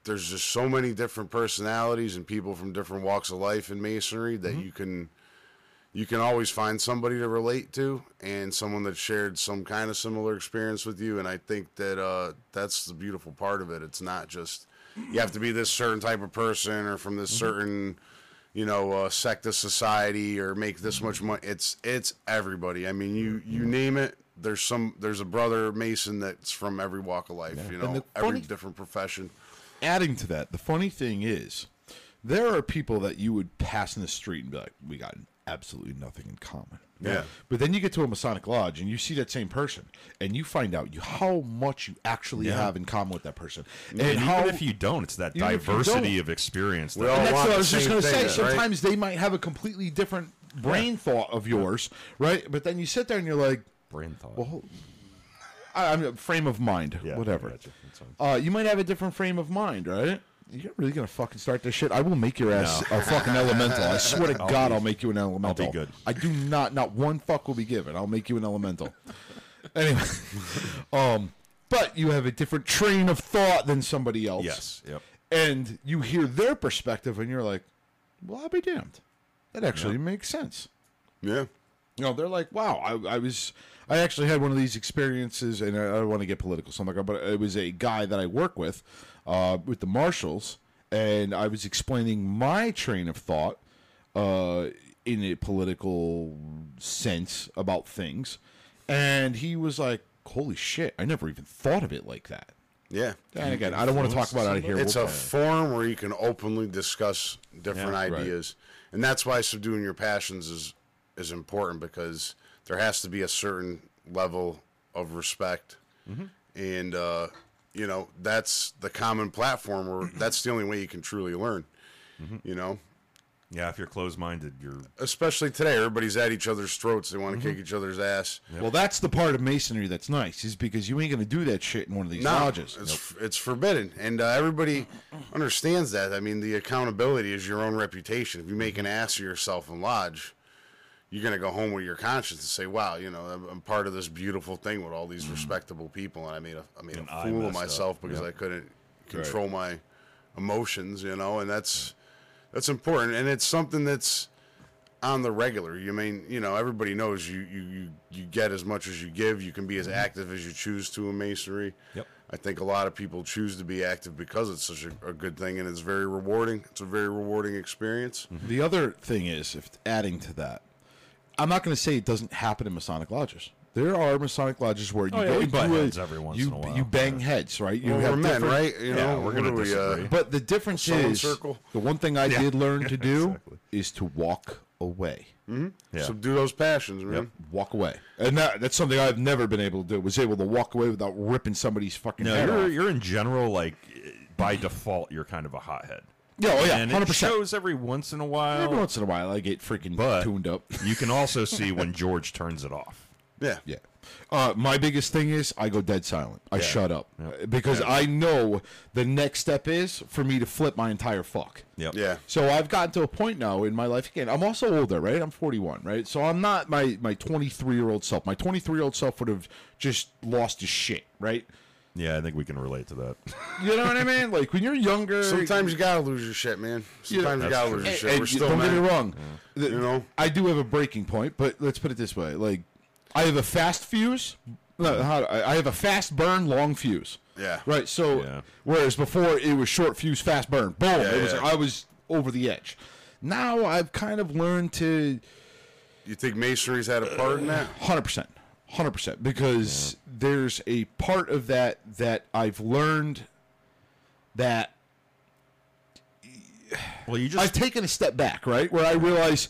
there's just so many different personalities and people from different walks of life in masonry Mm-hmm. that you can you can always find somebody to relate to and someone that shared some kind of similar experience with you and i think that uh, that's the beautiful part of it it's not just you have to be this certain type of person or from this Mm-hmm. certain you know uh, sect of society or make this much money it's it's everybody i mean you Mm-hmm. you name it there's some there's a brother mason that's from every walk of life you know the every funny- different profession adding to that. The funny thing is, there are people that you would pass in the street and be like, "We got absolutely nothing in common." Yeah. But then you get to a Masonic lodge and you see that same person, and you find out you, how much you actually have in common with that person, And how even if you don't, it's that even if you diversity don't- of experience. We that- all And that's want what I the was just same going to say. thing, right? Sometimes they might have a completely different brain thought of yours, right? But then you sit there and you're like, brain thought. well, I, I'm uh, frame of mind, Yeah, I whatever. got you. That's fine. Uh, you might have a different frame of mind, right? You're really gonna fucking start this shit. I will make your ass a fucking elemental. I swear to God, I'll make you an elemental. good. I do not. Not one fuck will be given. I'll make you an elemental. anyway, um, but you have a different train of thought than somebody else yes. Yep. and you hear their perspective and you're like well i'll be damned that actually makes sense yeah you know they're like wow i, I was i actually had one of these experiences and i, I don't want to get political so i'm not gonna- but it was a guy that i work with uh, with the marshals and i was explaining my train of thought uh, in a political sense about things and he was like holy shit i never even thought of it like that yeah and again i don't want to talk about it out of here It's We'll- a forum where you can openly discuss different ideas, and that's why subduing your passions is is important because there has to be a certain level of respect, and uh, you know that's the common platform where (clears throat) that's the only way you can truly learn. You know, Yeah. If you're closed-minded, you're especially today, everybody's at each other's throats. They want to kick each other's ass. Well, that's the part of masonry that's nice, is because you ain't going to do that shit in one of these No, lodges. It's, it's forbidden, and uh, everybody understands that. I mean, the accountability is your own reputation. If you make an ass of yourself in lodge, you're gonna go home with your conscience and say, "Wow, you know, I'm, I'm part of this beautiful thing with all these respectable people, and I made a I made Mm-hmm. And a I fool of messed up." myself because I couldn't control my emotions, you know." And that's that's important, and it's something that's on the regular. You mean you know everybody knows you you you, you get as much as you give. You can be as active as you choose to in masonry. Mm-hmm. Yep. I think a lot of people choose to be active because it's such a, a good thing and it's very rewarding. It's a very rewarding experience. Mm-hmm. The other thing is, if adding to that, I'm not going to say it doesn't happen in Masonic lodges. There are Masonic lodges where you Oh, yeah, go we butt into a- heads every once you, in a while. you bang heads, right? You Well, have we're men, different- right? You Yeah, we're what gonna are we, uh, disagree. But the difference Solid is, circle. the one thing I did learn (laughs) to do exactly. is to walk away. Mm. Yeah. Subdue those passions, man. Walk away, and that, that's something I've never been able to do. Was able to walk away without ripping somebody's fucking no. head You're off. you're in general like by default you're kind of a hothead. Yeah, oh yeah, and 100%. it shows every once in a while. Every once in a while, I get freaking Oh. but tuned up. (laughs) (laughs) you can also see (laughs) when George turns it off. Yeah. Yeah. Uh, my biggest thing is I go dead silent. I shut up Uh, because I know the next step is for me to flip my entire fuck. Yep. Yeah. So I've gotten to a point now in my life again. I'm also older, right? I'm 41, right? So I'm not my my 23 year old self. My 23 year old self would have just lost his shit, right? Yeah, I think we can relate to that. You know what I mean? Like when you're younger, Sometimes you gotta lose your shit, man. Sometimes you That's gotta true. lose your shit. And you- We're still don't get men. me wrong. Th- You know? I do have a breaking point, but let's put it this way: like, I have a fast fuse. No, how- I I have a fast burn, long fuse. Yeah. Right. So, Yeah. whereas before it was short fuse, fast burn. Boom. Yeah, it was. yeah. I was over the edge. Now I've kind of learned to You think masonry's had a part in that? hundred percent, hundred percent, because there's a part of that that I've learned that (laughs) well, you I've taken a step back, right, where I realize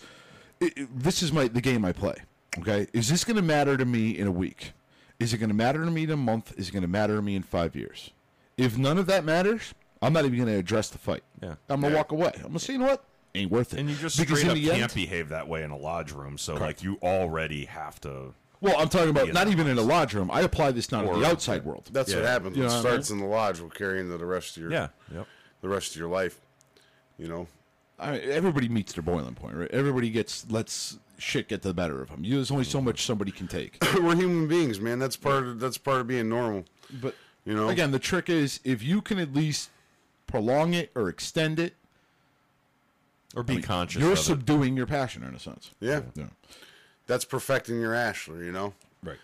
i i- this is my the game I play. Okay, is this going to matter to me in a week? Is it going to matter to me in a month? Is it going to matter to me in five years? If none of that matters, I'm not even going to address the fight. Yeah. I'm gonna walk away. I'm gonna say, you know what? Ain't worth it. and you just Because straight in up the can't end- behave that way in a lodge room. So like you already have to. Well, I'm talking about Yeah. not even in a lodge room. I apply this not in Or- the outside world. That's what Yeah. happens. You What know what I starts in the lodge will carry into the rest of your Yeah. Yep. the rest of your life. You know? (clears throat) I mean, everybody meets their boiling point, right? Everybody gets lets shit get the better of them. You, there's only so Mm-hmm. much somebody can take. We're human beings, man. That's part of that's part of being normal. But You know? again, the trick is if you can at least prolong it or extend it, Or be conscious. you're of it. subduing your passion in a sense. Yeah. Yeah. That's perfecting your ashlar, you know? Right.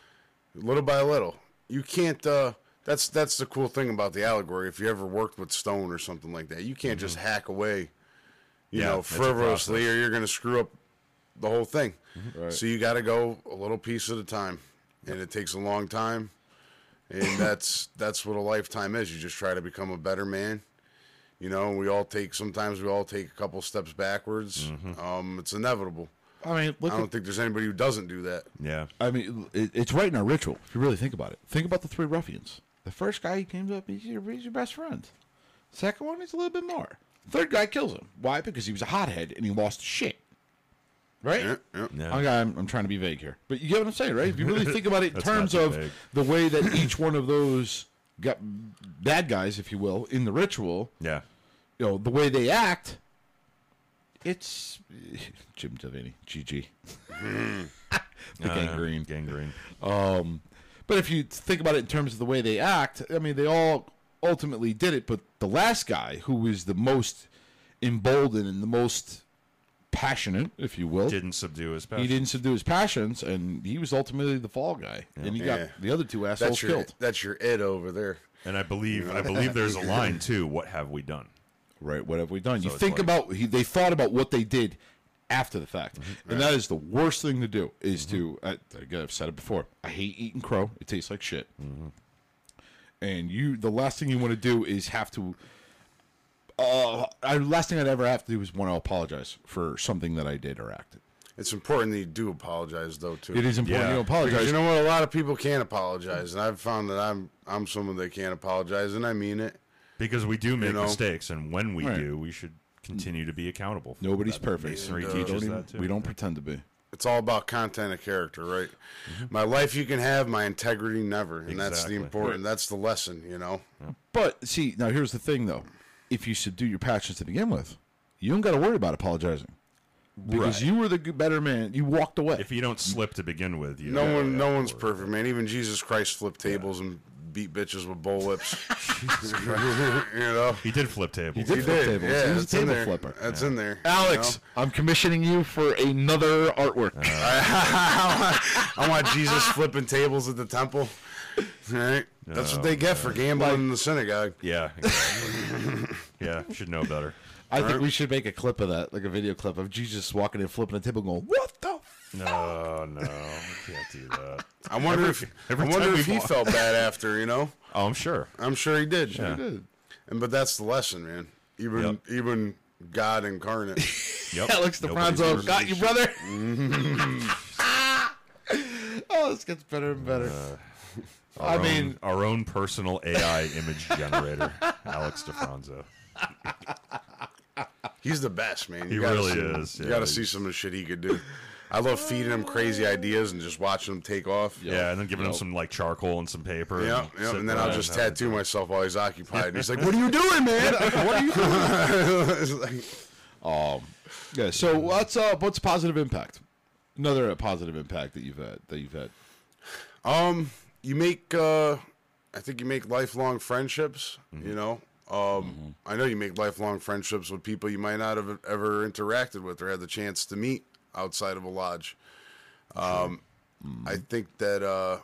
little by little. You can't. Uh, that's that's the cool thing about the allegory. If you ever worked with stone or something like that, you can't just hack away, you Mm-hmm. Yeah, know, it's a frivolously, process. Mm-hmm. or you're going to screw up the whole thing. So you got to go a little piece at a time, and it takes a long time. And (coughs) that's that's what a lifetime is. You just try to become a better man. You know, we all take sometimes we all take a couple steps backwards. Mm-hmm. Um, it's inevitable. I mean, look I at don't think there's anybody who doesn't do that. Yeah. I mean, it, it's right in our ritual. If you really think about it, think about the three ruffians. The first guy he came up, he's your, he's your best friend. Second one, he's a little bit more. Third guy kills him. Why? Because he was a hothead and he lost his shit. Right? Yeah, yeah. Yeah. Okay, I'm, I'm trying to be vague here, but you get what I'm saying, right? If you really think about it in (laughs) That's not terms too of vague. the way that each one of those got bad guys, if you will, in the ritual, Yeah. you know, the way they act, it's (laughs) Jim Devaney, (laughs) GG, the Uh, gangrene. Gangrene. But if you think about it in terms of the way they act, I mean, they all ultimately did it. But the last guy, who was the most emboldened and the most passionate, if you will, Didn't subdue his passion. he didn't subdue his passions, and he was ultimately the fall guy. And he got Yeah. the other two assholes That's your killed. that's your it over there. And I believe I believe there's (laughs) a line too. What have we done? Right? What have we done? you it's think like- about he, they thought about what they did after the fact, Mm-hmm. and that is the worst thing to do. Is to I, again, I've said it before. I hate eating crow. It tastes like shit. Mm-hmm. And you, the last thing you want to do is have to. Uh, I, last thing I'd ever have to do is want to apologize for something that I did or acted. It's important that you do apologize, though. Too. It is important Yeah. you Because apologize. you know what? A lot of people can't apologize, and I've found that I'm I'm someone that can't apologize, and I mean it. Because we do make know? mistakes, and when we Right. do, we should continue to be accountable. for Nobody's that. perfect. Masonry We teaches don't even- that too. We don't pretend to be. It's all about content of character, right? Mm-hmm. My life you can have, my integrity never, and that's the Exactly. important. That's the lesson, you know. But see, now here's the thing though. If you subdue your passions to begin with, you don't got to worry about apologizing. Because Right. you were the good- better man. You walked away. If you don't slip to begin with, you No Yeah, one, yeah, no one's or- perfect, man. Even Jesus Christ flipped tables and beat bitches with bull (laughs) whips. (laughs) you know, He did flip tables. He did. Flip tables. He was a it's in table there. flipper. That's in there, Uh, Alex, I'm commissioning you for another artwork. Uh, I want (laughs) Jesus flipping tables at the temple. Right? That's what they get for gambling in the synagogue. Yeah. exactly. yeah. Should know better. (laughs) I er. think we should make a clip of that, like a video clip of Jesus walking in, flipping a table, going, "What the?" F-? No, no, we can't do that. I wonder if every I wonder time if we he walk- felt (laughs) bad after, you know. Oh, I'm sure. I'm sure he did. Yeah. He And but that's the lesson, man. Even Yep. even God (laughs) incarnate. (laughs) Yep. Alex Nobody's DeFranzo perfect. got you, (laughs) brother. Mm-hmm. (laughs) oh, this gets better and better. I Uh, Our mean, own- our own personal AI image generator, Alex DeFranzo. He's the best, man. He gotta really see him. is, You yeah. got to see some of the shit he could do. I love feeding him crazy ideas and just watching him take off. Yeah, and then giving him some like charcoal and some paper. Yep, and, yep. sit And then down I'll just have a- tattoo myself while he's occupied. And he's like, "What are you doing, man? What (laughs) are you doing?" (laughs) It's like- Yeah. So what's uh what's positive impact? Another uh, positive impact that you've had that you've had. Um, you make uh I think you make lifelong friendships. You know, um, I know you make lifelong friendships with people you might not have ever interacted with or had the chance to meet outside of a lodge. Um, I think that uh,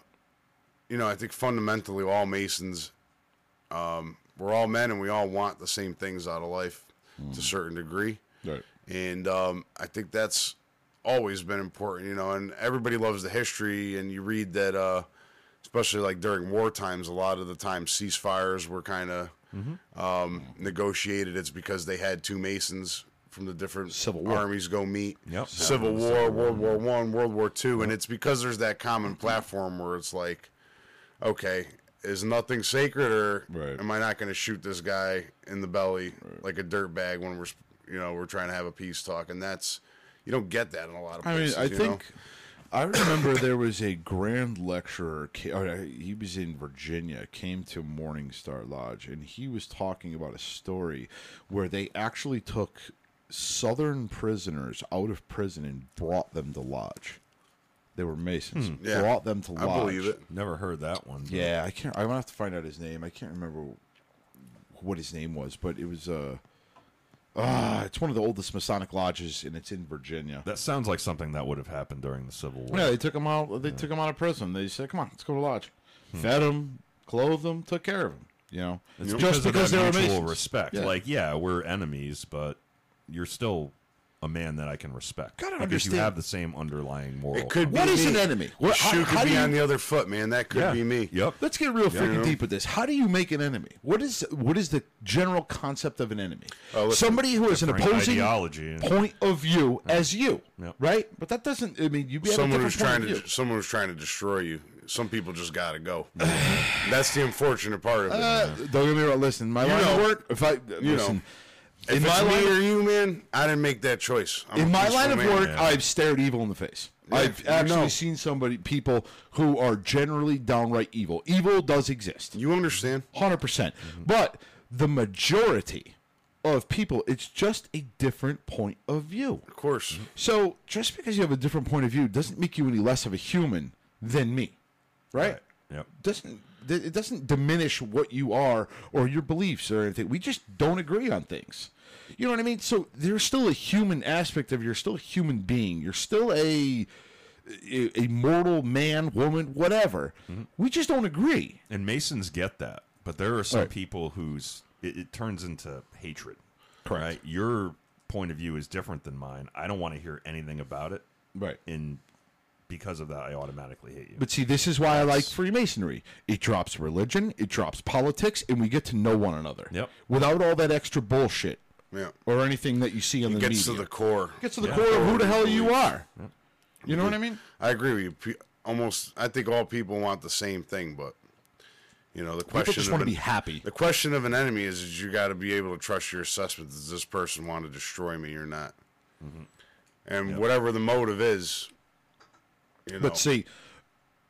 you know, I think fundamentally all Masons, um, we're all men and we all want the same things out of life to a certain degree Right. and um, I think that's always been important, you know. And everybody loves the history, and you read that, uh, especially like during war times, a lot of the time ceasefires were kind of um, negotiated. It's because they had two masons from the different Civil War. armies go meet. Yep. Civil War, World War One, World War Two, and it's because there's that common platform where it's like, okay. Is nothing sacred, or Right. am I not going to shoot this guy in the belly like a dirt bag when we're sp- you know we're trying to have a peace talk and that's you don't get that in a lot of I mean, places. I you think I remember there was a grand lecturer. ca- Or uh, he was in Virginia, came to Morningstar Lodge, and he was talking about a story where they actually took Southern prisoners out of prison and brought them to lodge. They were Masons. Hmm. Yeah. Brought them to know? lodge. I believe it. Never heard that one. but- Yeah, I can't. I'm gonna have to find out his name. I can't remember what his name was, but it was uh, ah, it's one of the oldest Masonic lodges, and it's in Virginia. That sounds like something that would have happened during the Civil War. Yeah, they took him out. They took him out of prison. They said, "Come on, let's go to lodge." Fed him, clothed him, took care of him. You know, Hmm. It's just because they of that were mutual Masons. respect. Yeah. Like, yeah, we're enemies, but you're still a man that I can respect. Gotta because understand- you have the same underlying moral. It could be What is me. an enemy? The What- how- shoe how could do be you- on the other foot, man. That could Yeah. be me. Yep. Let's get real freaking Yeah. deep with this. How do you make an enemy? What is what is the general concept of an enemy? Oh, listen, Somebody who has an different opposing ideology and- point of view as you, Yeah. right? But that doesn't. I mean, you have Someone a who's different trying point to of view. someone who's trying to destroy you. Some people just gotta go. That's the unfortunate part of it. Uh, don't get me wrong. Listen, my line of know. work. If I You listen, know. if in it's my me line, or you, man, I didn't make that choice. I'm a in my peaceful line of man. work, Yeah. I've stared evil in the face. Yeah, I've you actually know. seen somebody, people who are generally downright evil. Evil does exist, you understand. hundred percent. But the majority of people, it's just a different point of view. Of Mm-hmm. course. So just because you have a different point of view doesn't make you any less of a human than me, right? Yep. Doesn't th- it doesn't diminish what you are or your beliefs or anything. We just don't agree on things. You know what I mean? So there's still a human aspect of you're still a human being. You're still a a, a mortal man, woman, whatever. We just don't agree. And Masons get that, but there are some Right. people whose it, it turns into hatred. Right? Your point of view is different than mine. I don't want to hear anything about it, Right. and because of that, I automatically hate you. But see, this is why I like Freemasonry. It drops religion, it drops politics, and we get to know one another. Yep. Without all that extra bullshit Yeah. or anything that you see on the Gets to media. the core. gets to the core of who the hell you are. You know what I mean? I agree with you. Pe- Almost, I think all people want the same thing, but you know, the question just of wanna an- be happy. The question of an enemy is, is you got to be able to trust your assessment. Does this person want to destroy me or not? Mm-hmm. And whatever the motive is, you know, But see,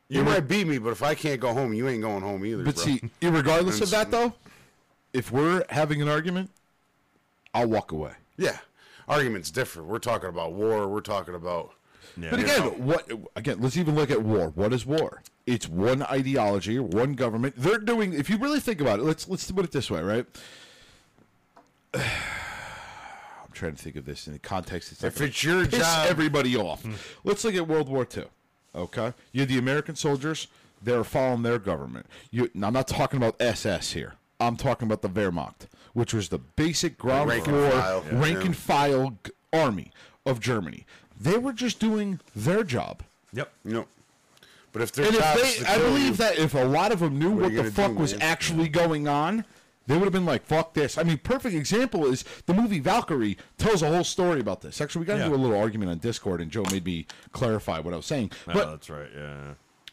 you might beat me, but if I can't go home, you ain't going home either. but bro. see, regardless of It's- that though, if we're having an argument, I'll walk away. (laughs) yeah, arguments different. We're talking about war. We're talking about Yeah. But again, what again? Let's even look at war. What is war? It's one ideology, one government. They're doing. If you really think about it, let's let's put it this way, right? (sighs) I'm trying to think of this in the context. It's not if gonna it's your piss job. Hmm. everybody off. Let's look at World War II. Okay, you had the American soldiers; they're following their government. You, now I'm not talking about SS here. I'm talking about the Wehrmacht, which was the basic ground Rank and floor, file. Yeah. rank and file g- army of Germany. They were just doing their job. yep. you know, but if their And job if is they, to I kill believe you- that if a lot of them knew what, are you the gonna fuck do, was man? actually going on, they would have been like, "Fuck this." I mean, perfect example is the movie Valkyrie tells a whole story about this. Actually, we got Yeah. into a little argument on Discord, and Joe made me clarify what I was saying. No, but Oh, that's right. Yeah.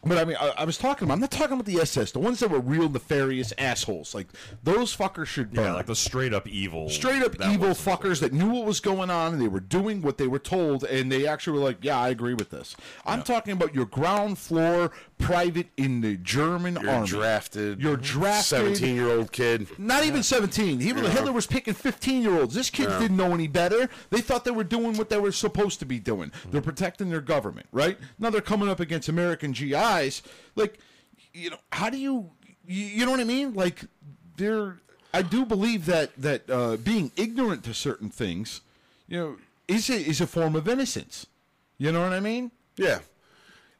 but I mean, I, I was talking about. I'm not talking about the SS, the ones that were real nefarious assholes. Like those fuckers should burn. Yeah, like the straight up evil. Straight up that evil wasn't- fuckers that knew what was going on and they were doing what they were told and they actually were like, Yeah, I agree with this. I'm talking about your ground floor private in the German you're army. drafted, You're drafted. seventeen year old kid. Not even 17. He, Hitler was picking 15 year olds. This kid didn't know any better. They thought they were doing what they were supposed to be doing. They're protecting their government, right? Now they're coming up against American GIs. Like, you know, how do you you, you know what I mean? Like there, I do believe that that uh, being ignorant to certain things, you know, is a, is a form of innocence. You know what I mean? Yeah.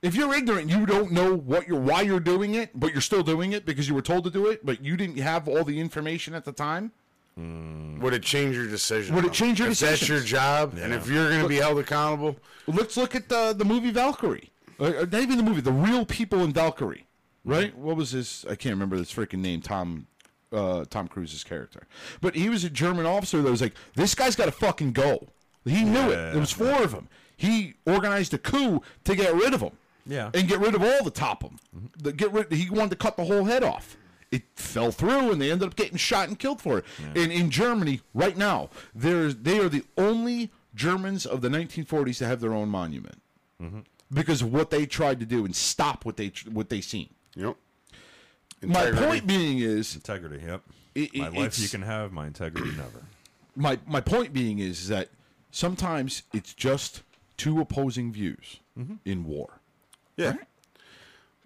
If you're ignorant, you don't know what you're why you're doing it, but you're still doing it because you were told to do it, but you didn't have all the information at the time. Would it change your decision? Would it though? change your if That's decisions? your job, and if you're going to be held accountable, Let's look at the the movie Valkyrie. Uh, uh, not even the movie, the real people in Valkyrie, right? What was his? I can't remember his freaking name. Tom, uh, Tom Cruise's character, but he was a German officer that was like, this guy's got to fucking go. He knew it. There was four of them. He organized a coup to get rid of him. Yeah. and get rid of all the top of them. The- get rid. He wanted to cut the whole head off. It fell through, and they ended up getting shot and killed for it. And in Germany, right now, there's they are the only Germans of the 1940s to have their own monument Mm-hmm. because of what they tried to do and stop what they tr- what they seen. you know. My Integrity. point being is Integrity. Yep. It- my it- life you it's- can have. My integrity never. my my point being is that sometimes it's just two opposing views Mm-hmm. in war. Yeah.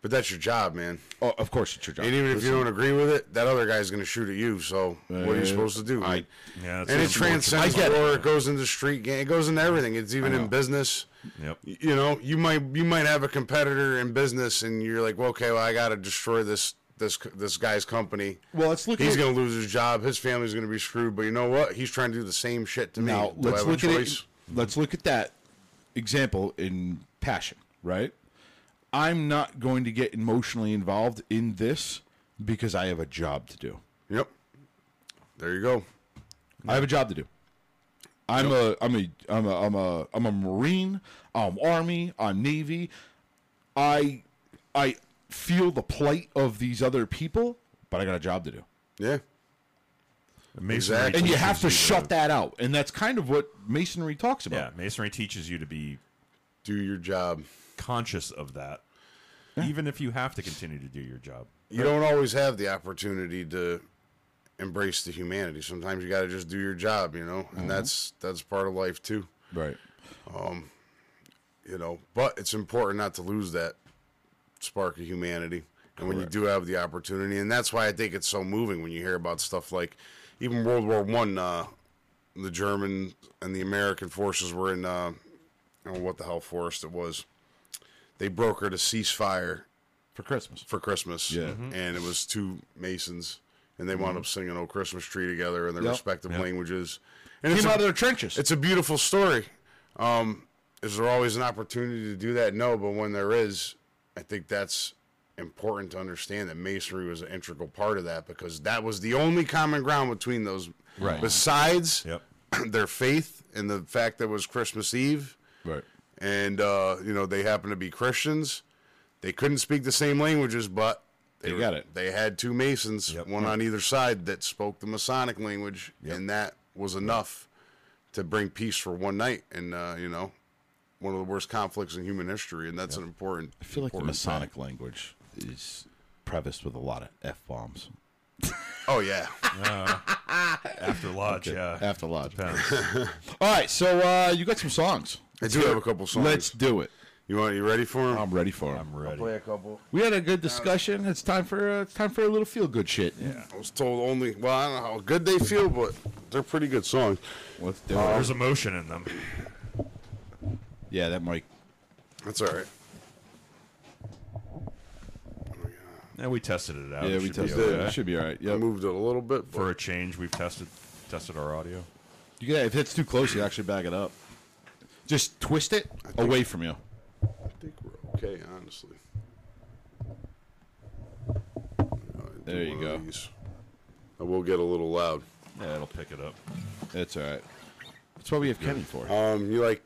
But that's your job, man. Oh, of course, it's your job. And even if you don't agree with it, that other guy's going to shoot at you. So what are Uh, you supposed to do? I- Yeah, that's and it unfortunate. transcends I get it. war. It goes into street game. It goes into everything. It's even in business. Yep. Y- You know, you might you might have a competitor in business, and you're like, well, okay, well, I got to destroy this this c- this guy's company. Well, let's look He's at- going to lose his job. His family's going to be screwed. But you know what? He's trying to do the same shit to Now me. Do I let's have a look at it. choice? Let's look at that example in passion, right? I'm not going to get emotionally involved in this because I have a job to do. Yep. There you go. I have a job to do. I'm a I'm a I'm a I'm a I'm a Marine. I'm Army. I'm Navy. I I feel the plight of these other people, but I got a job to do. Yeah. Masonry Exactly. And you teaches have to shut to- that out. And that's kind of what masonry talks about. Yeah, masonry teaches you to be Do your job. conscious of that, even if you have to continue to do your job. you don't always have the opportunity to embrace the humanity. Sometimes you got to just do your job, you know, and that's that's part of life too, Right. you know. But it's important not to lose that spark of humanity, and when you do have the opportunity, and that's why I think it's so moving when you hear about stuff like even World War One, uh, the German and the American forces were in, uh, I don't know what the hell forest it was. They brokered a ceasefire For Christmas. for Christmas. Yeah. Mm-hmm. And it was two Masons, and they wound up singing "Oh Christmas Tree" together in their Yep. respective languages. And Came it's out of a, their trenches. it's a beautiful story. Um, is there always an opportunity to do that? No, but when there is, I think that's important to understand that masonry was an integral part of that because that was the only common ground between those. Right. Besides Yep. (clears throat) their faith and the fact that it was Christmas Eve Right. and uh, you know they happened to be Christians. They couldn't speak the same languages, but They got it. They had two Masons, Yep. one on either side, that spoke the Masonic language, and that was enough to bring peace for one night. And uh, you know, one of the worst conflicts in human history, and that's an important. I feel like the Masonic language is prefaced with a lot of f bombs. Oh yeah, After lodge, yeah. After lodge. Depends. (laughs) All right, so uh, you got some songs. I do have a couple songs. Let's Um, do it. you want you ready for them? I'm ready for them. I'm ready. a couple. We had a good discussion. It's time for uh, it's time for a little feel good shit. Yeah, I was told only. Well, I don't know how good they feel, but they're pretty good songs. let's do it. There's emotion in them. Yeah, that might. That's all right. And we tested it out. Yeah, Oh, It we should be tested. okay. It. Should be all right. I Yeah, moved it a little bit. but- For a change, we've tested tested our audio. you can, if it's too close, you actually back it up. Just twist it away from you. I think we're okay, honestly. There you One of go. these. I will get a little loud. Yeah, it'll pick it up. That's all right. That's what we have Kenny for. Uh, Um, you like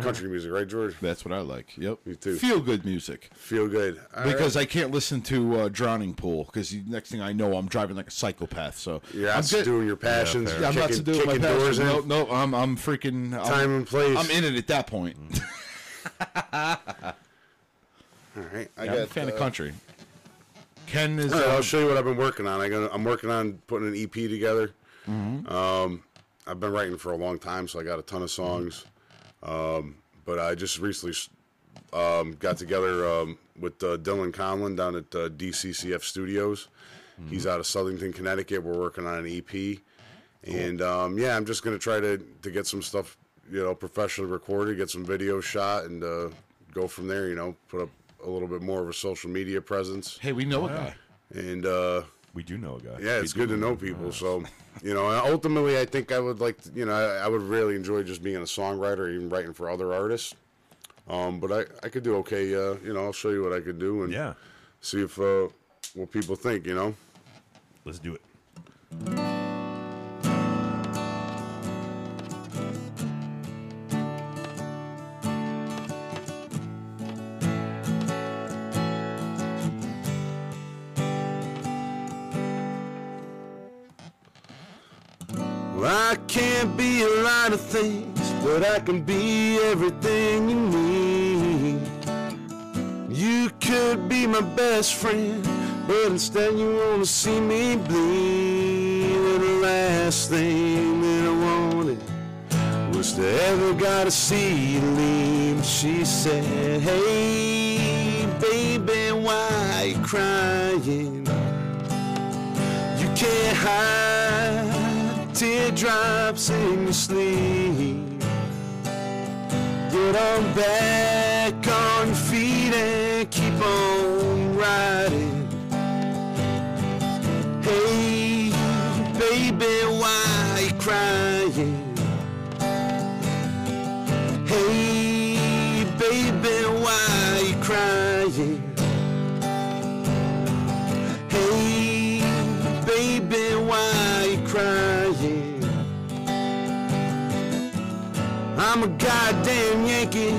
country music, right, George? That's what I like. Yep. Me too. Feel good music. Feel good. All right. because I can't listen to uh, Drowning Pool because next thing I know I'm driving like a psychopath. So you're I'm out good- doing your passions. Yeah, I'm not kicking- doing my kicking doors passion. in. No, no, I'm I'm freaking I'm- Time and place. Mm-hmm. I'm in it at that point. All right, I I'm got. a fan uh, of country. Ken is all right, uh, I'll show you what I've been working on. I got, I'm working on putting an EP together. Um, I've been writing for a long time, so I got a ton of songs. Um, but I just recently s- um, got together um, with uh, Dylan Conlon down at uh, DCCF Studios. He's out of Southington, Connecticut. We're working on an EP, and um, yeah, I'm just gonna try to to get some stuff you know professionally recorded, get some video shot, and uh, go from there. You know, put up a little bit more of a social media presence, Hey, we know a guy. and uh, We do know a guy. yeah, We it's do good to know people. So, you know, and ultimately, I think I would like, to, you know, I, I would really enjoy just being a songwriter, even writing for other artists. Um, but I, I could do okay. Uh, you know, I'll show you what I could do and Yeah. see if uh, what people think. You know, Let's do it. well, I can't be a lot of things, but I can be everything you need. You could be my best friend, but instead you wanna see me bleed. And the last thing that I wanted was to ever gotta see you leave. She said, Hey, baby, why you crying? You can't hide teardrops in your sleep. Get on back on your feet and keep on riding. Hey, baby, why you crying? Hey, baby, why you crying? Hey, baby, why you crying? I'm a goddamn Yankee.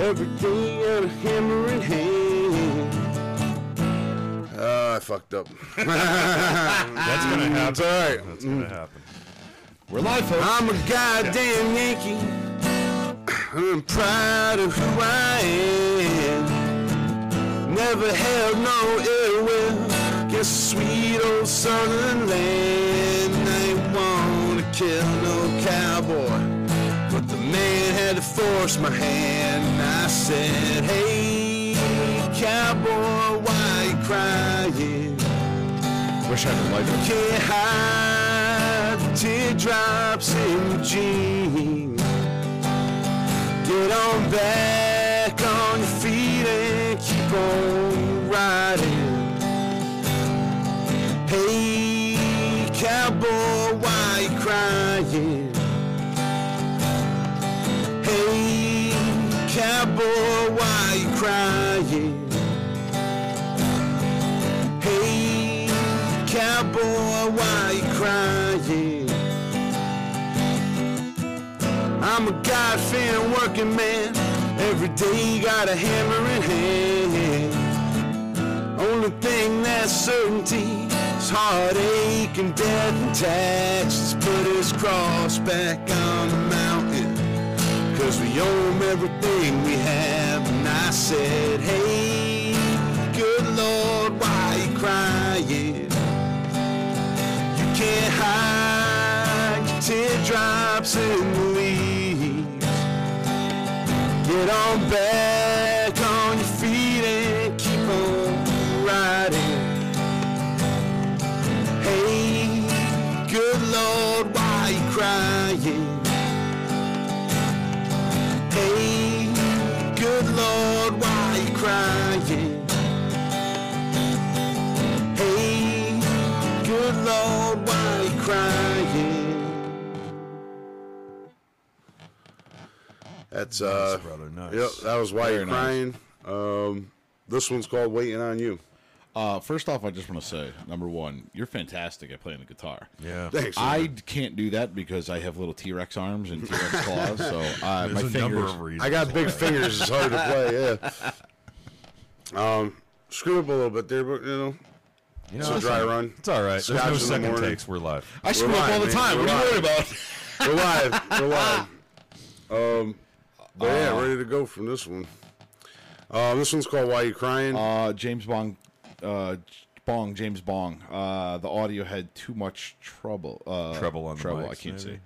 Every day I'm hammering hand. Uh, I fucked up. That's gonna happen. That's all right. That's gonna happen. We're live, folks. I'm a goddamn Yankee. I'm proud of who I am. Never held no ill will. Guess sweet old southern land. I ain't wanna kill no cowboy. But the man had to force my hand. And I said, hey, cowboy, why you crying? Wish I had a lighter. can't hide teardrops in your jeans. Get on back on your feet and keep on riding. Hey, cowboy, why you crying? Hey, cowboy, why you crying? Hey, cowboy, why you crying? I'm a God fearing working man. Every day got a hammer in hand. Only thing that's certainty is heartache and death and taxes. Put his cross back on the mountain. Cause we own everything we have. And I said, hey, good Lord, why you crying? You can't hide your teardrops in the leaves. Get on back on your feet and keep on riding. Hey, good Lord, why you crying? Hey, good Lord, why you crying? Hey, good Lord, why you crying? That's uh, Nice, brother, nice. yep, that was why Very you nice. crying. Um, this one's called "Waiting on You." Uh, first off, I just want to say, number one, you're fantastic at playing the guitar. Yeah. Thanks. I d- can't do that because I have little T Rex arms and T (laughs) Rex claws, so uh, There's my a number fingers. of reasons. I got big fingers. It's hard to play. Yeah. Um, screw up a little bit there, but you know, You know, it's a listen, dry run. It's all right. Scotch There's in no the second morning. takes. We're live. I screw up lying, all the man. time. We're What are you worried about? We're live. We're (laughs) live. Um, but Oh. yeah, ready to go from this one. Um, this one's called "Why You Crying." Uh, James Bong, uh, Bong, James Bong. Uh, the audio had too much trouble. Uh, Trouble on the trouble. mics, I can't maybe? see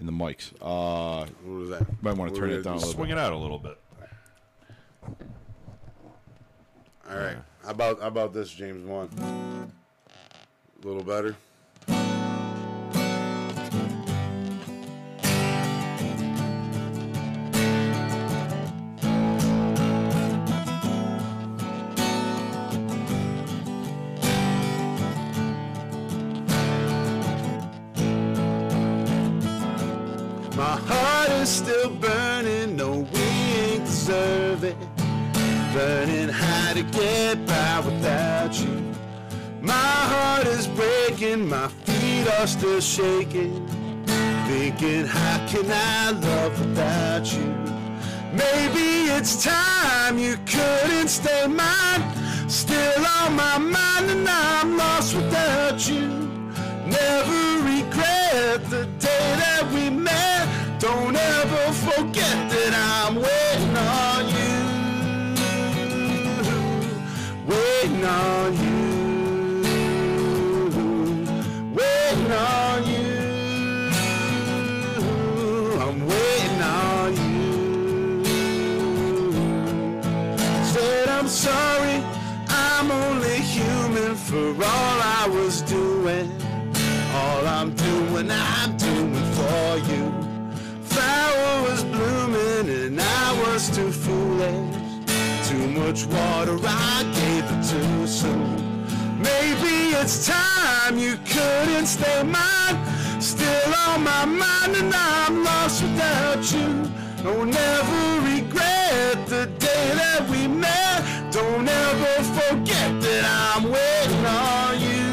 in the mics. Uh, what was that? might want What to turn were it we- down a little. Swing bit. it out a little bit. All right. How about how about this, James One? A little better. My heart is still burning, no, we ain't deserve it. Burning high to get by without you. My heart is breaking, my feet are still shaking. Thinking, how can I love without you? Maybe it's time you couldn't stay mine. Still on my mind, and I'm lost without you. Never regret the day that we met. Don't ever forget that I'm waiting on you. Waiting on you. Waiting on you. I'm waiting on you. Said I'm sorry, I'm only human for all I was doing. All I'm doing, I'm doing for you. Flower was blooming and I was too foolish. Too much water, I gave it too soon. Maybe it's time you couldn't stay mine. Still on my mind, and I'm lost without you. Don't ever regret the day that we met. Don't ever forget that I'm waiting on you.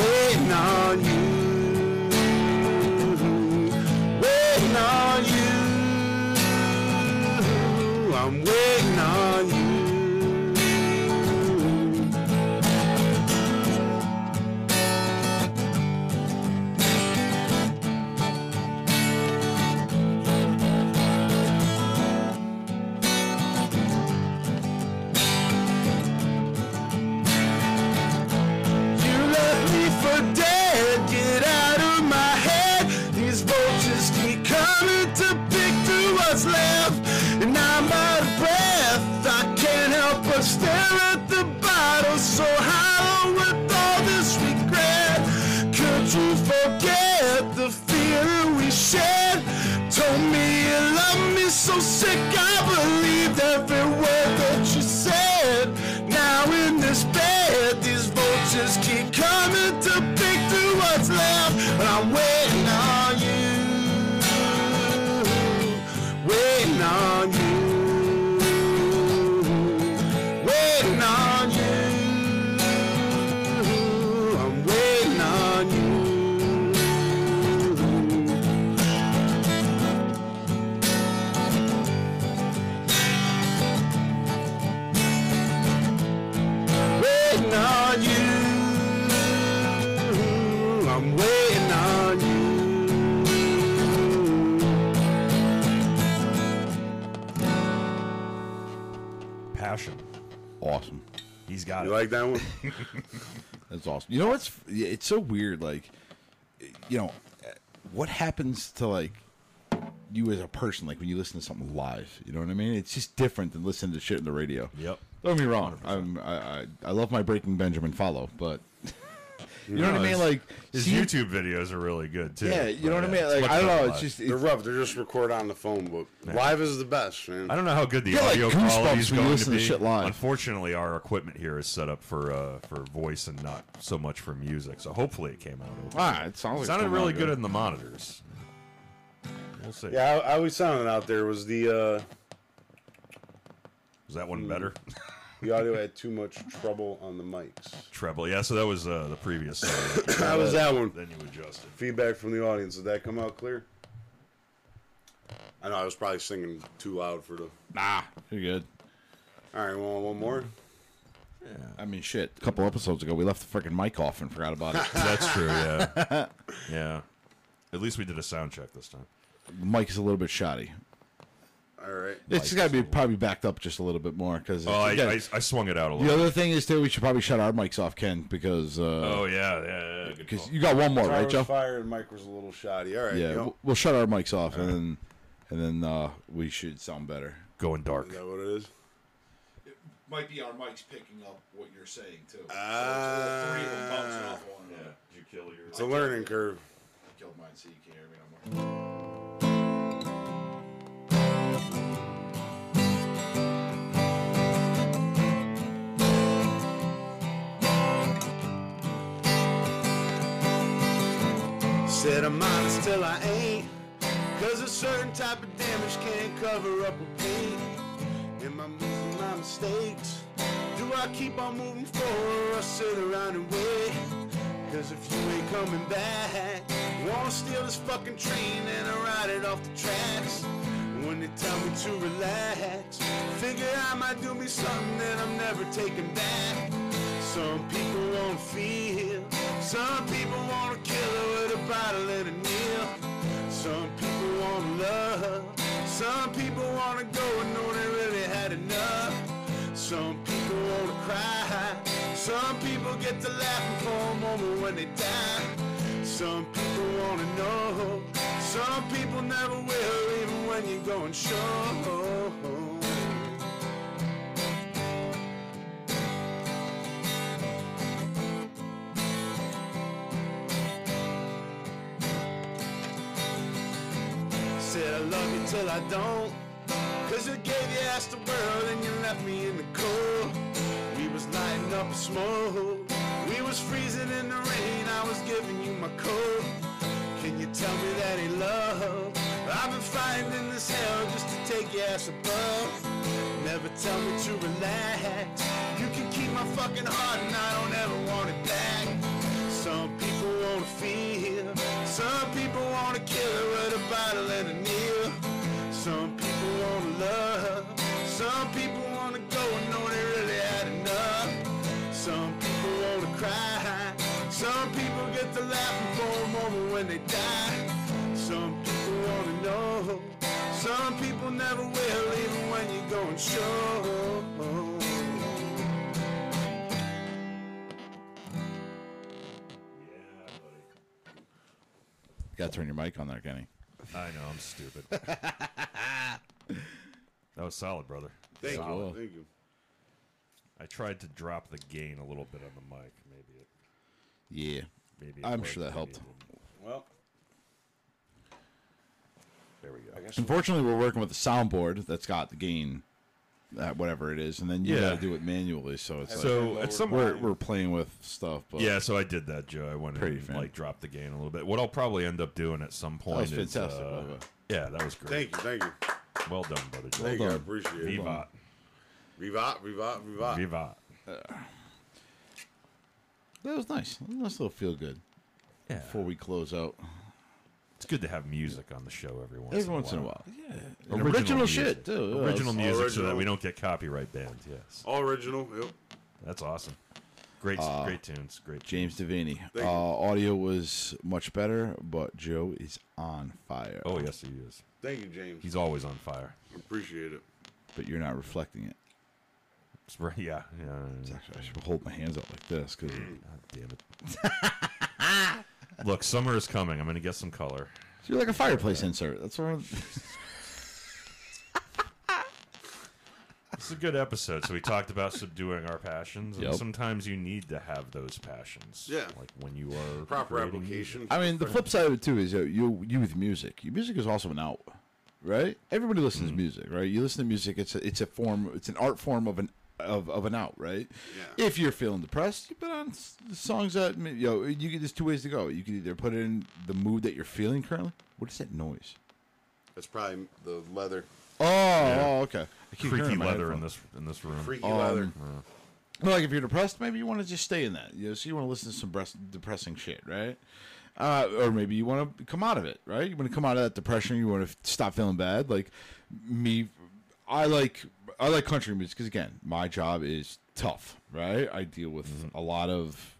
Waiting on you. Waiting on you. I'm waiting on you. You left me for dead. Get out of my head. These vultures keep coming to pick through what's left. And I'm out of breath. I can't help but stare at the bottle so hollow with all this regret. Could you forget the fear we shared? Told me you loved me so sick. I believed every word that you said. Now in this bed, these vultures keep coming to pick through what's left. But I'm waiting on you, waiting on you, waiting on you. I'm waiting on you. waiting on you. I'm waiting on you. Passion. Awesome. He's got You it. like that one? That's awesome. You know what's it's so weird like you know what happens to like you as a person like when you listen to something live, you know what I mean? It's just different than listening to shit in the radio. Yep. Don't get me wrong. I'm, I, I I love my Breaking Benjamin Follow, but (laughs) you know what I No, mean? his- Like his see- YouTube videos are really good too. Yeah, you know what I But, mean. yeah, Like much I don't better know. live. It's just They're it's, rough. They're just record on the phone book. Live is the best, man. I don't know how good the get, like, audio goosebumps quality is when you going to listen be. to shit live. Unfortunately, our equipment here is set up for uh, for voice and not so much for music. So hopefully, it came out. Okay. ah, it sounds like it's It sounded coming really out good in the monitors. We'll see. Yeah, I, I always sounded out there was the uh, Was that one better? Hmm. the audio had too much trouble on the mics. Treble. Yeah. So that was uh, the previous. song. (coughs) How was that one? then you adjusted. Feedback from the audience. Did that come out clear? I know I was probably singing too loud for the. Nah, you're good. All right, well, one more. I mean, shit. A couple episodes ago, we left the freaking mic off and forgot (laughs) about it. That's (laughs) true. Yeah. yeah. At least we did a sound check this time. The mic is a little bit shoddy. All right. It's got to be probably backed up just a little bit more because. Oh, I, I, I swung it out a the little. other thing is too, we should probably shut our mics off, Ken, because uh, Oh yeah, yeah, yeah. Good 'cause call. you got one more, Guitar right, was Joe? fire and Mike was a little shoddy. All right. Yeah, you know, we'll, we'll shut our mics off and then and then uh, we should sound better. going dark. is that what it is? might be our mics picking up what you're saying too. Ah. three of them bouncing off one another. you kill your. It's a learning curve. I killed mine, so you can't hear me no more. Said I'm honest till I ain't. Cause a certain type of damage can't cover up with pain. Am I making my mistakes? Do I keep on moving forward or sit around and wait? Cause if you ain't coming back, wanna steal this fucking train and I ride it off the tracks. When they tell me to relax, figure I might do me something that I'm never taking back. Some people won't feel, some people wanna kill her with a bottle and a kneel. Some people want love. Some people want to go and know they really had enough. Some people want to cry. Some people get to laugh for a moment when they die. Some people want to know. Some people never will, even when you're going show. Said I love you till I don't. Cause you gave your ass the world and you left me in the cold. We was lighting up smoke. We was freezing in the rain. I was giving you my coat. Can you tell me that ain't love? I've been fighting in this hell just to take your ass above. Never tell me to relax. You can keep my fucking heart and I don't ever want it back. Some people wanna feel, some people wanna kill her with a bottle and a kneel. Some people wanna love, some people wanna go and know they really had enough. Some people wanna cry, some people get to laughing for a moment when they die. Some people wanna know, some people never will, even when you go and show. You gotta turn your mic on there, Kenny. I know I'm (laughs) stupid. that was solid, brother. Thank Solid. you, thank you. I tried to drop the gain a little bit on the mic. Maybe it. Yeah. Maybe it I'm worked, sure that maybe helped. it didn't. Well, There we go. Unfortunately, we're working with a soundboard that's got the gain, uh, whatever it is, and then you Yeah. gotta do it manually. So it's like, So at some we're we're playing with stuff. But Yeah, so I did that, Joe. I went Pretty and fan. like dropped the gain a little bit. What I'll probably end up doing at some point was is, fantastic, uh, by the way. yeah, that was thank great. you, thank you. Well done, brother. Joe. Thank you, I done. appreciate it. Vivat, Revive, revive, revive. vivat. that was nice. That was a nice little feel good. Yeah, Before we close out, it's good to have music on the show every once every in once in a while, yeah, original, music. shit too. Yeah, Original it's- music, so that Original. we don't get copyright banned. Yes, All original. Yep. that's awesome. Great, great tunes. Great. Uh, James Devaney. you. Uh, audio was much better, but Joe is on fire. Oh yes, he is. Thank you, James. He's always on fire. Appreciate it. But you're not reflecting it. It's right- Yeah, yeah. yeah. I should hold my hands out like this because God damn it. Look, summer is coming. I'm gonna get some color. you're like a fireplace insert. That's what. I'm- It's a good episode. So we talked about subduing our passions, and Yep. sometimes you need to have those passions. Yeah. like when you are Proper creating application. I mean, the flip side of it too is uh, you you with music. Your music is also an out, right? Everybody listens to music, right? You listen to music. It's a, it's a form. It's an art form of an of, of an out, right? Yeah. If you're feeling depressed, you put on s- songs that ma- you know. You can, there's two ways to go. You can either put it in the mood that you're feeling currently. What is that noise? That's probably the leather. Oh, oh, okay. I keep hearing Creaky my leather in headphones. this in this room. Freaky Um, leather. Well, like if you're depressed, maybe you want to just stay in that. You know, so you want to listen to some breast, depressing shit, right? Uh, or maybe you want to come out of it, right? You want to come out of that depression. You want to stop feeling bad. Like me, I like I like country music because again, my job is tough, right? I deal with a lot of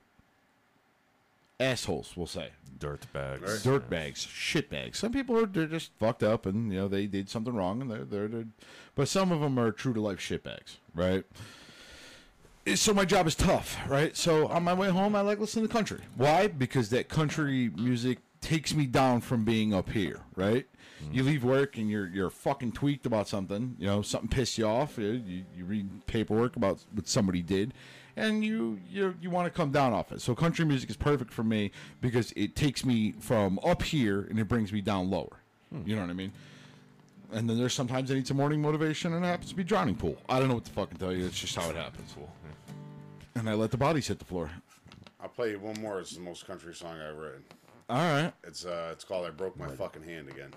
assholes, we'll say, Dirt bags. dirt bags, shit bags. Some people are they're just fucked up, and you know they did something wrong, and they're they're, they're but some of them are true to life shit bags, right? So my job is tough, right? So on my way home, I like listening to country. Why? Because that country music takes me down from being up here, right? You leave work and you're you're fucking tweaked about something. You know, something pissed you off. You, you, you read paperwork about what somebody did, and you you you want to come down off it. So country music is perfect for me because it takes me from up here and it brings me down lower. You know what I mean? And then there's sometimes I need some morning motivation, and it happens to be drowning pool. I don't know what to fucking tell you. It's just how it happens. And I let the bodies hit the floor. I'll play you one more. It's the most country song I've written. All right. It's uh, it's called "I Broke My Fucking Hand Again."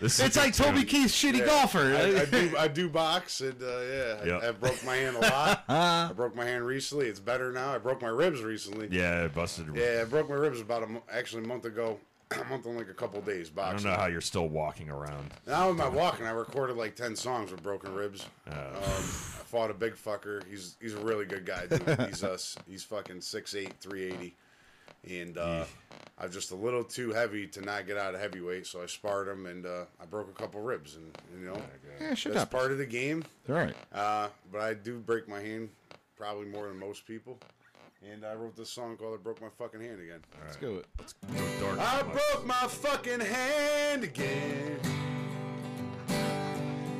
This is It's like Toby Keith's shitty golfer. I, I do I do box and uh, yeah, Yep. I, I broke my hand a (laughs) lot. I broke my hand recently. It's better now. I broke my ribs recently. yeah, it busted. Yeah, I broke my ribs about a mo- actually a month ago. (clears throat) a month and like a couple days I don't boxing. know how you're still walking around. Now I'm not walking. I recorded like ten songs with broken ribs. Um, I fought a big fucker. He's he's a really good guy. Dude. He's us. He's fucking 6'8", 380. and uh, I'm just a little too heavy to not get out of heavyweight. So I sparred him, and uh, I broke a couple ribs. And you know, Yeah, shit that's happens. part of the game. All right. Uh, but I do break my hand probably more than most people. And I wrote this song called "I Broke My Fucking Hand Again." Let's go. Dark I broke my fucking hand again.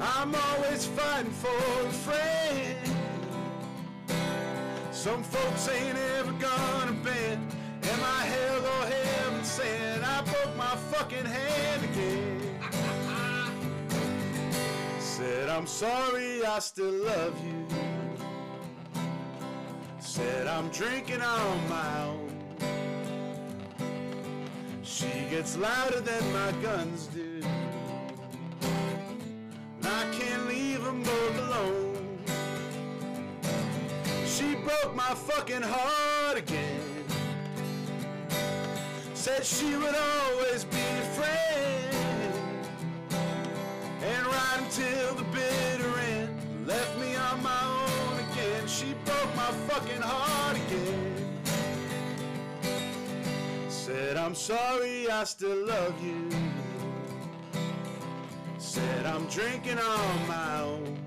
I'm always fighting for a friend. Some folks ain't ever gonna bend. Am I hell or heaven sent? I broke my fucking hand again. Said I'm sorry, I still love you. Said I'm drinking on my own. She gets louder than my guns do. And I can't leave them both alone. She broke my fucking heart again. Said she would always be a friend. And right until the bitter end, left me on my own again. She broke my fucking heart again. Said I'm sorry, I still love you. Said I'm drinking on my own.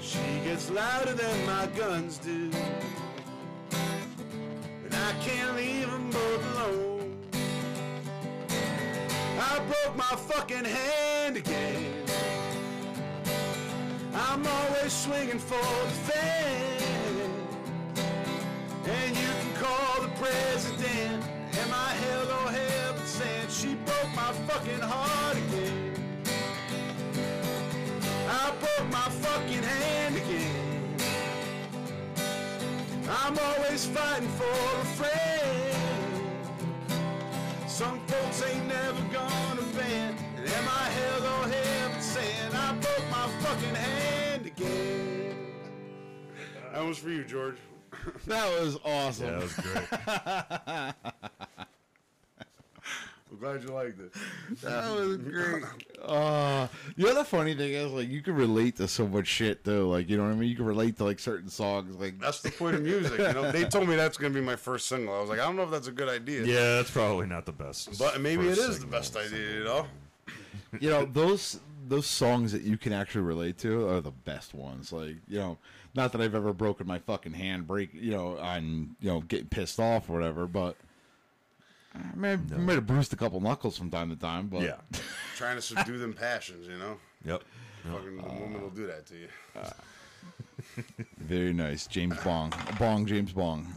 She gets louder than my guns do. And I can't leave them both alone. I broke my fucking hand again. I'm always swinging for the fence. And you can call the president. Am I hell or heaven sent? She broke my fucking heart again. I broke my fucking hand again. I'm always fighting for a friend. Some folks ain't never gonna bend. And am I hell or heaven sent? I broke my fucking hand again. That was for you, George. That was awesome. That was great. I'm glad you liked it. That was great. Uh, you know the funny thing is, like, you can relate to so much shit, though. Like, you know what I mean? You can relate to like certain songs. Like, (laughs) That's the point of music. You know, they told me that's going to be my first single. I was like, I don't know if that's a good idea. yeah, that's probably not the best. But maybe it first is the signal. best idea, you know? you know those those songs that you can actually relate to are the best ones. Like, you know, not that I've ever broken my fucking hand, break, you know, on you know getting pissed off or whatever, but. I may, I might have bruised a couple knuckles from time to time, but Yeah. Trying to subdue them passions, you know? Yep. Fucking the woman will do that to you. very nice, James Bong, Bong, James Bong.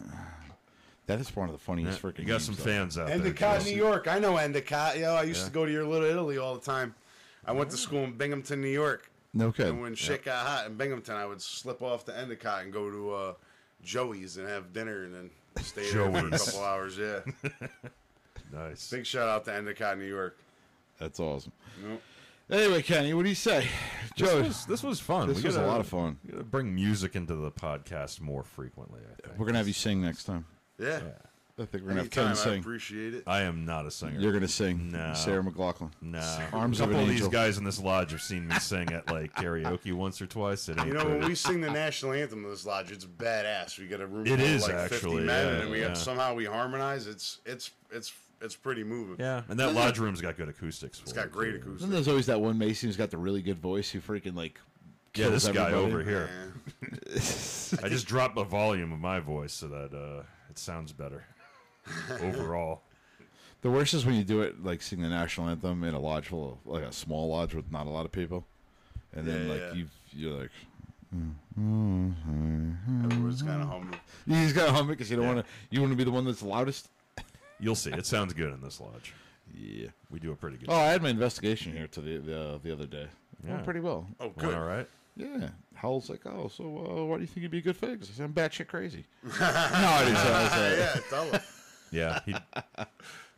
That is one of the funniest freaking. You got some names, though. fans out there. Endicott, Jesse. New York. I know Endicott. Yo, I used to go to your Little Italy all the time. I went to school in Binghamton, New York. No kidding. And when shit got hot in Binghamton, I would slip off to Endicott and go to uh, Joey's and have dinner and then stay there for a Joey's. couple hours. (laughs) Yeah. Nice. Big shout out to Endicott, New York. That's awesome. Nope. Anyway, Kenny, what do you say? Joe, This was, this was fun. This We was a gotta- lot of fun. we gotta Bring music into the podcast more frequently. I think. we're going to have you sing next time. Yeah. I think we're going to have Kenny Anytime, I sing. appreciate it. I am not a singer. You're going to sing No. Sarah McLaughlin. Nah. Arms a of an couple of these angel. guys in this lodge have seen me sing at like karaoke once or twice. It ain't You know, when pretty. we sing the national anthem in this lodge, it's badass. We get a room It full is, of like actually, fifty men, yeah, and then we yeah. have, somehow we harmonize. It's it's it's it's pretty moving. yeah, and that lodge room's got good acoustics. it's got great acoustics. Then there's always that one Mason who's got the really good voice who freaking like Yeah, kills this (laughs) guy everybody. over here. Yeah. I just dropped the volume of my voice so that uh, it (laughs) sounds better overall. The worst is when you do it like sing the national anthem in a lodge full of like a small lodge with not a lot of people, and then Yeah, like yeah. you you're like Everyone's kind of humming. (laughs) you just gotta hum it because you don't Yeah. want to you want to be the one that's loudest. You'll see. It sounds good in this lodge. Yeah. We do a pretty good. Oh, I had my investigation here to the the, uh, the other day. It Yeah. Went pretty well. Oh, Went good. all right. Yeah. Howell's like, oh, so uh, why do you think you'd be a good fit? 'Cause I said, I'm batshit (laughs) crazy. no, I didn't say I said (laughs) that. Yeah, tell him. (laughs) Yeah, he'd,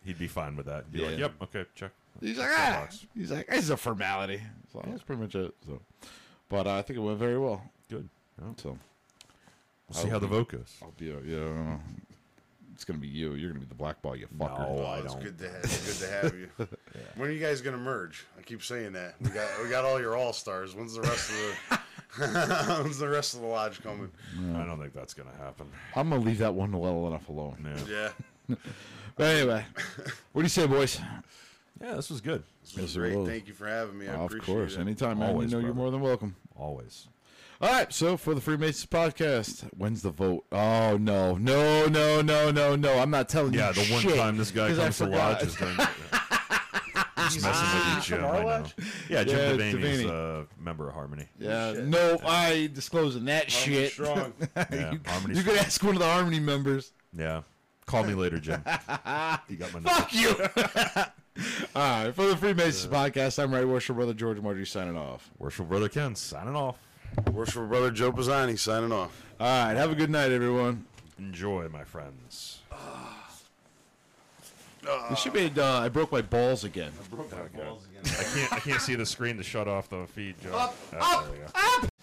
he'd be fine with that. He'd be like, Yeah. yep, okay, check. He's like, ah. He's like, this is a formality. So that's pretty much it. So, but uh, I think it went very well. Good. Well, So We'll see how the vote goes. I'll be, uh, yeah, I don't know. it's gonna be you. You're gonna be the black ball, you fucker. No, (laughs) I it's don't. good to have, good to have (laughs) you. When are you guys gonna merge? I keep saying that. We got we got all your all stars. When's the rest of the (laughs) When's the rest of the lodge (laughs) coming? I don't think that's gonna happen. I'm gonna leave that one well enough alone. No. Yeah, But (laughs) anyway, what do you say, boys? Yeah, this was good. this was Yes, it great. was. Thank you for having me. I of appreciate course, it. anytime, man. Always, you know you're brother. more than welcome. Always. All right, so for the Freemasons podcast, when's the vote? Oh no, no, no, no, no, no! I'm not telling Yeah, you. the one shit, time this guy 'cause I comes to forgot. lodge is going. (laughs) He's messing with you, Jim. I know. Yeah, Jim Yeah, Devaney's Devaney. a member of Harmony. (laughs) (laughs) Yeah, no, I ain't disclosing that shit. Strong. Yeah, Harmony. (laughs) You could ask one of the Harmony members. Yeah, call me (laughs) later, Jim. you got my number. Fuck you. (laughs) All right, for the Freemasons podcast, I'm right worship brother George Marty signing off. Worshipful brother Ken signing off. Worshipful brother Joe Pisani signing off. All right, have a good night, everyone. Enjoy, my friends. This should be. Uh, I broke my balls again. I can't. I can't see the screen to shut off the feed, Joe. Oh, Up, up, up.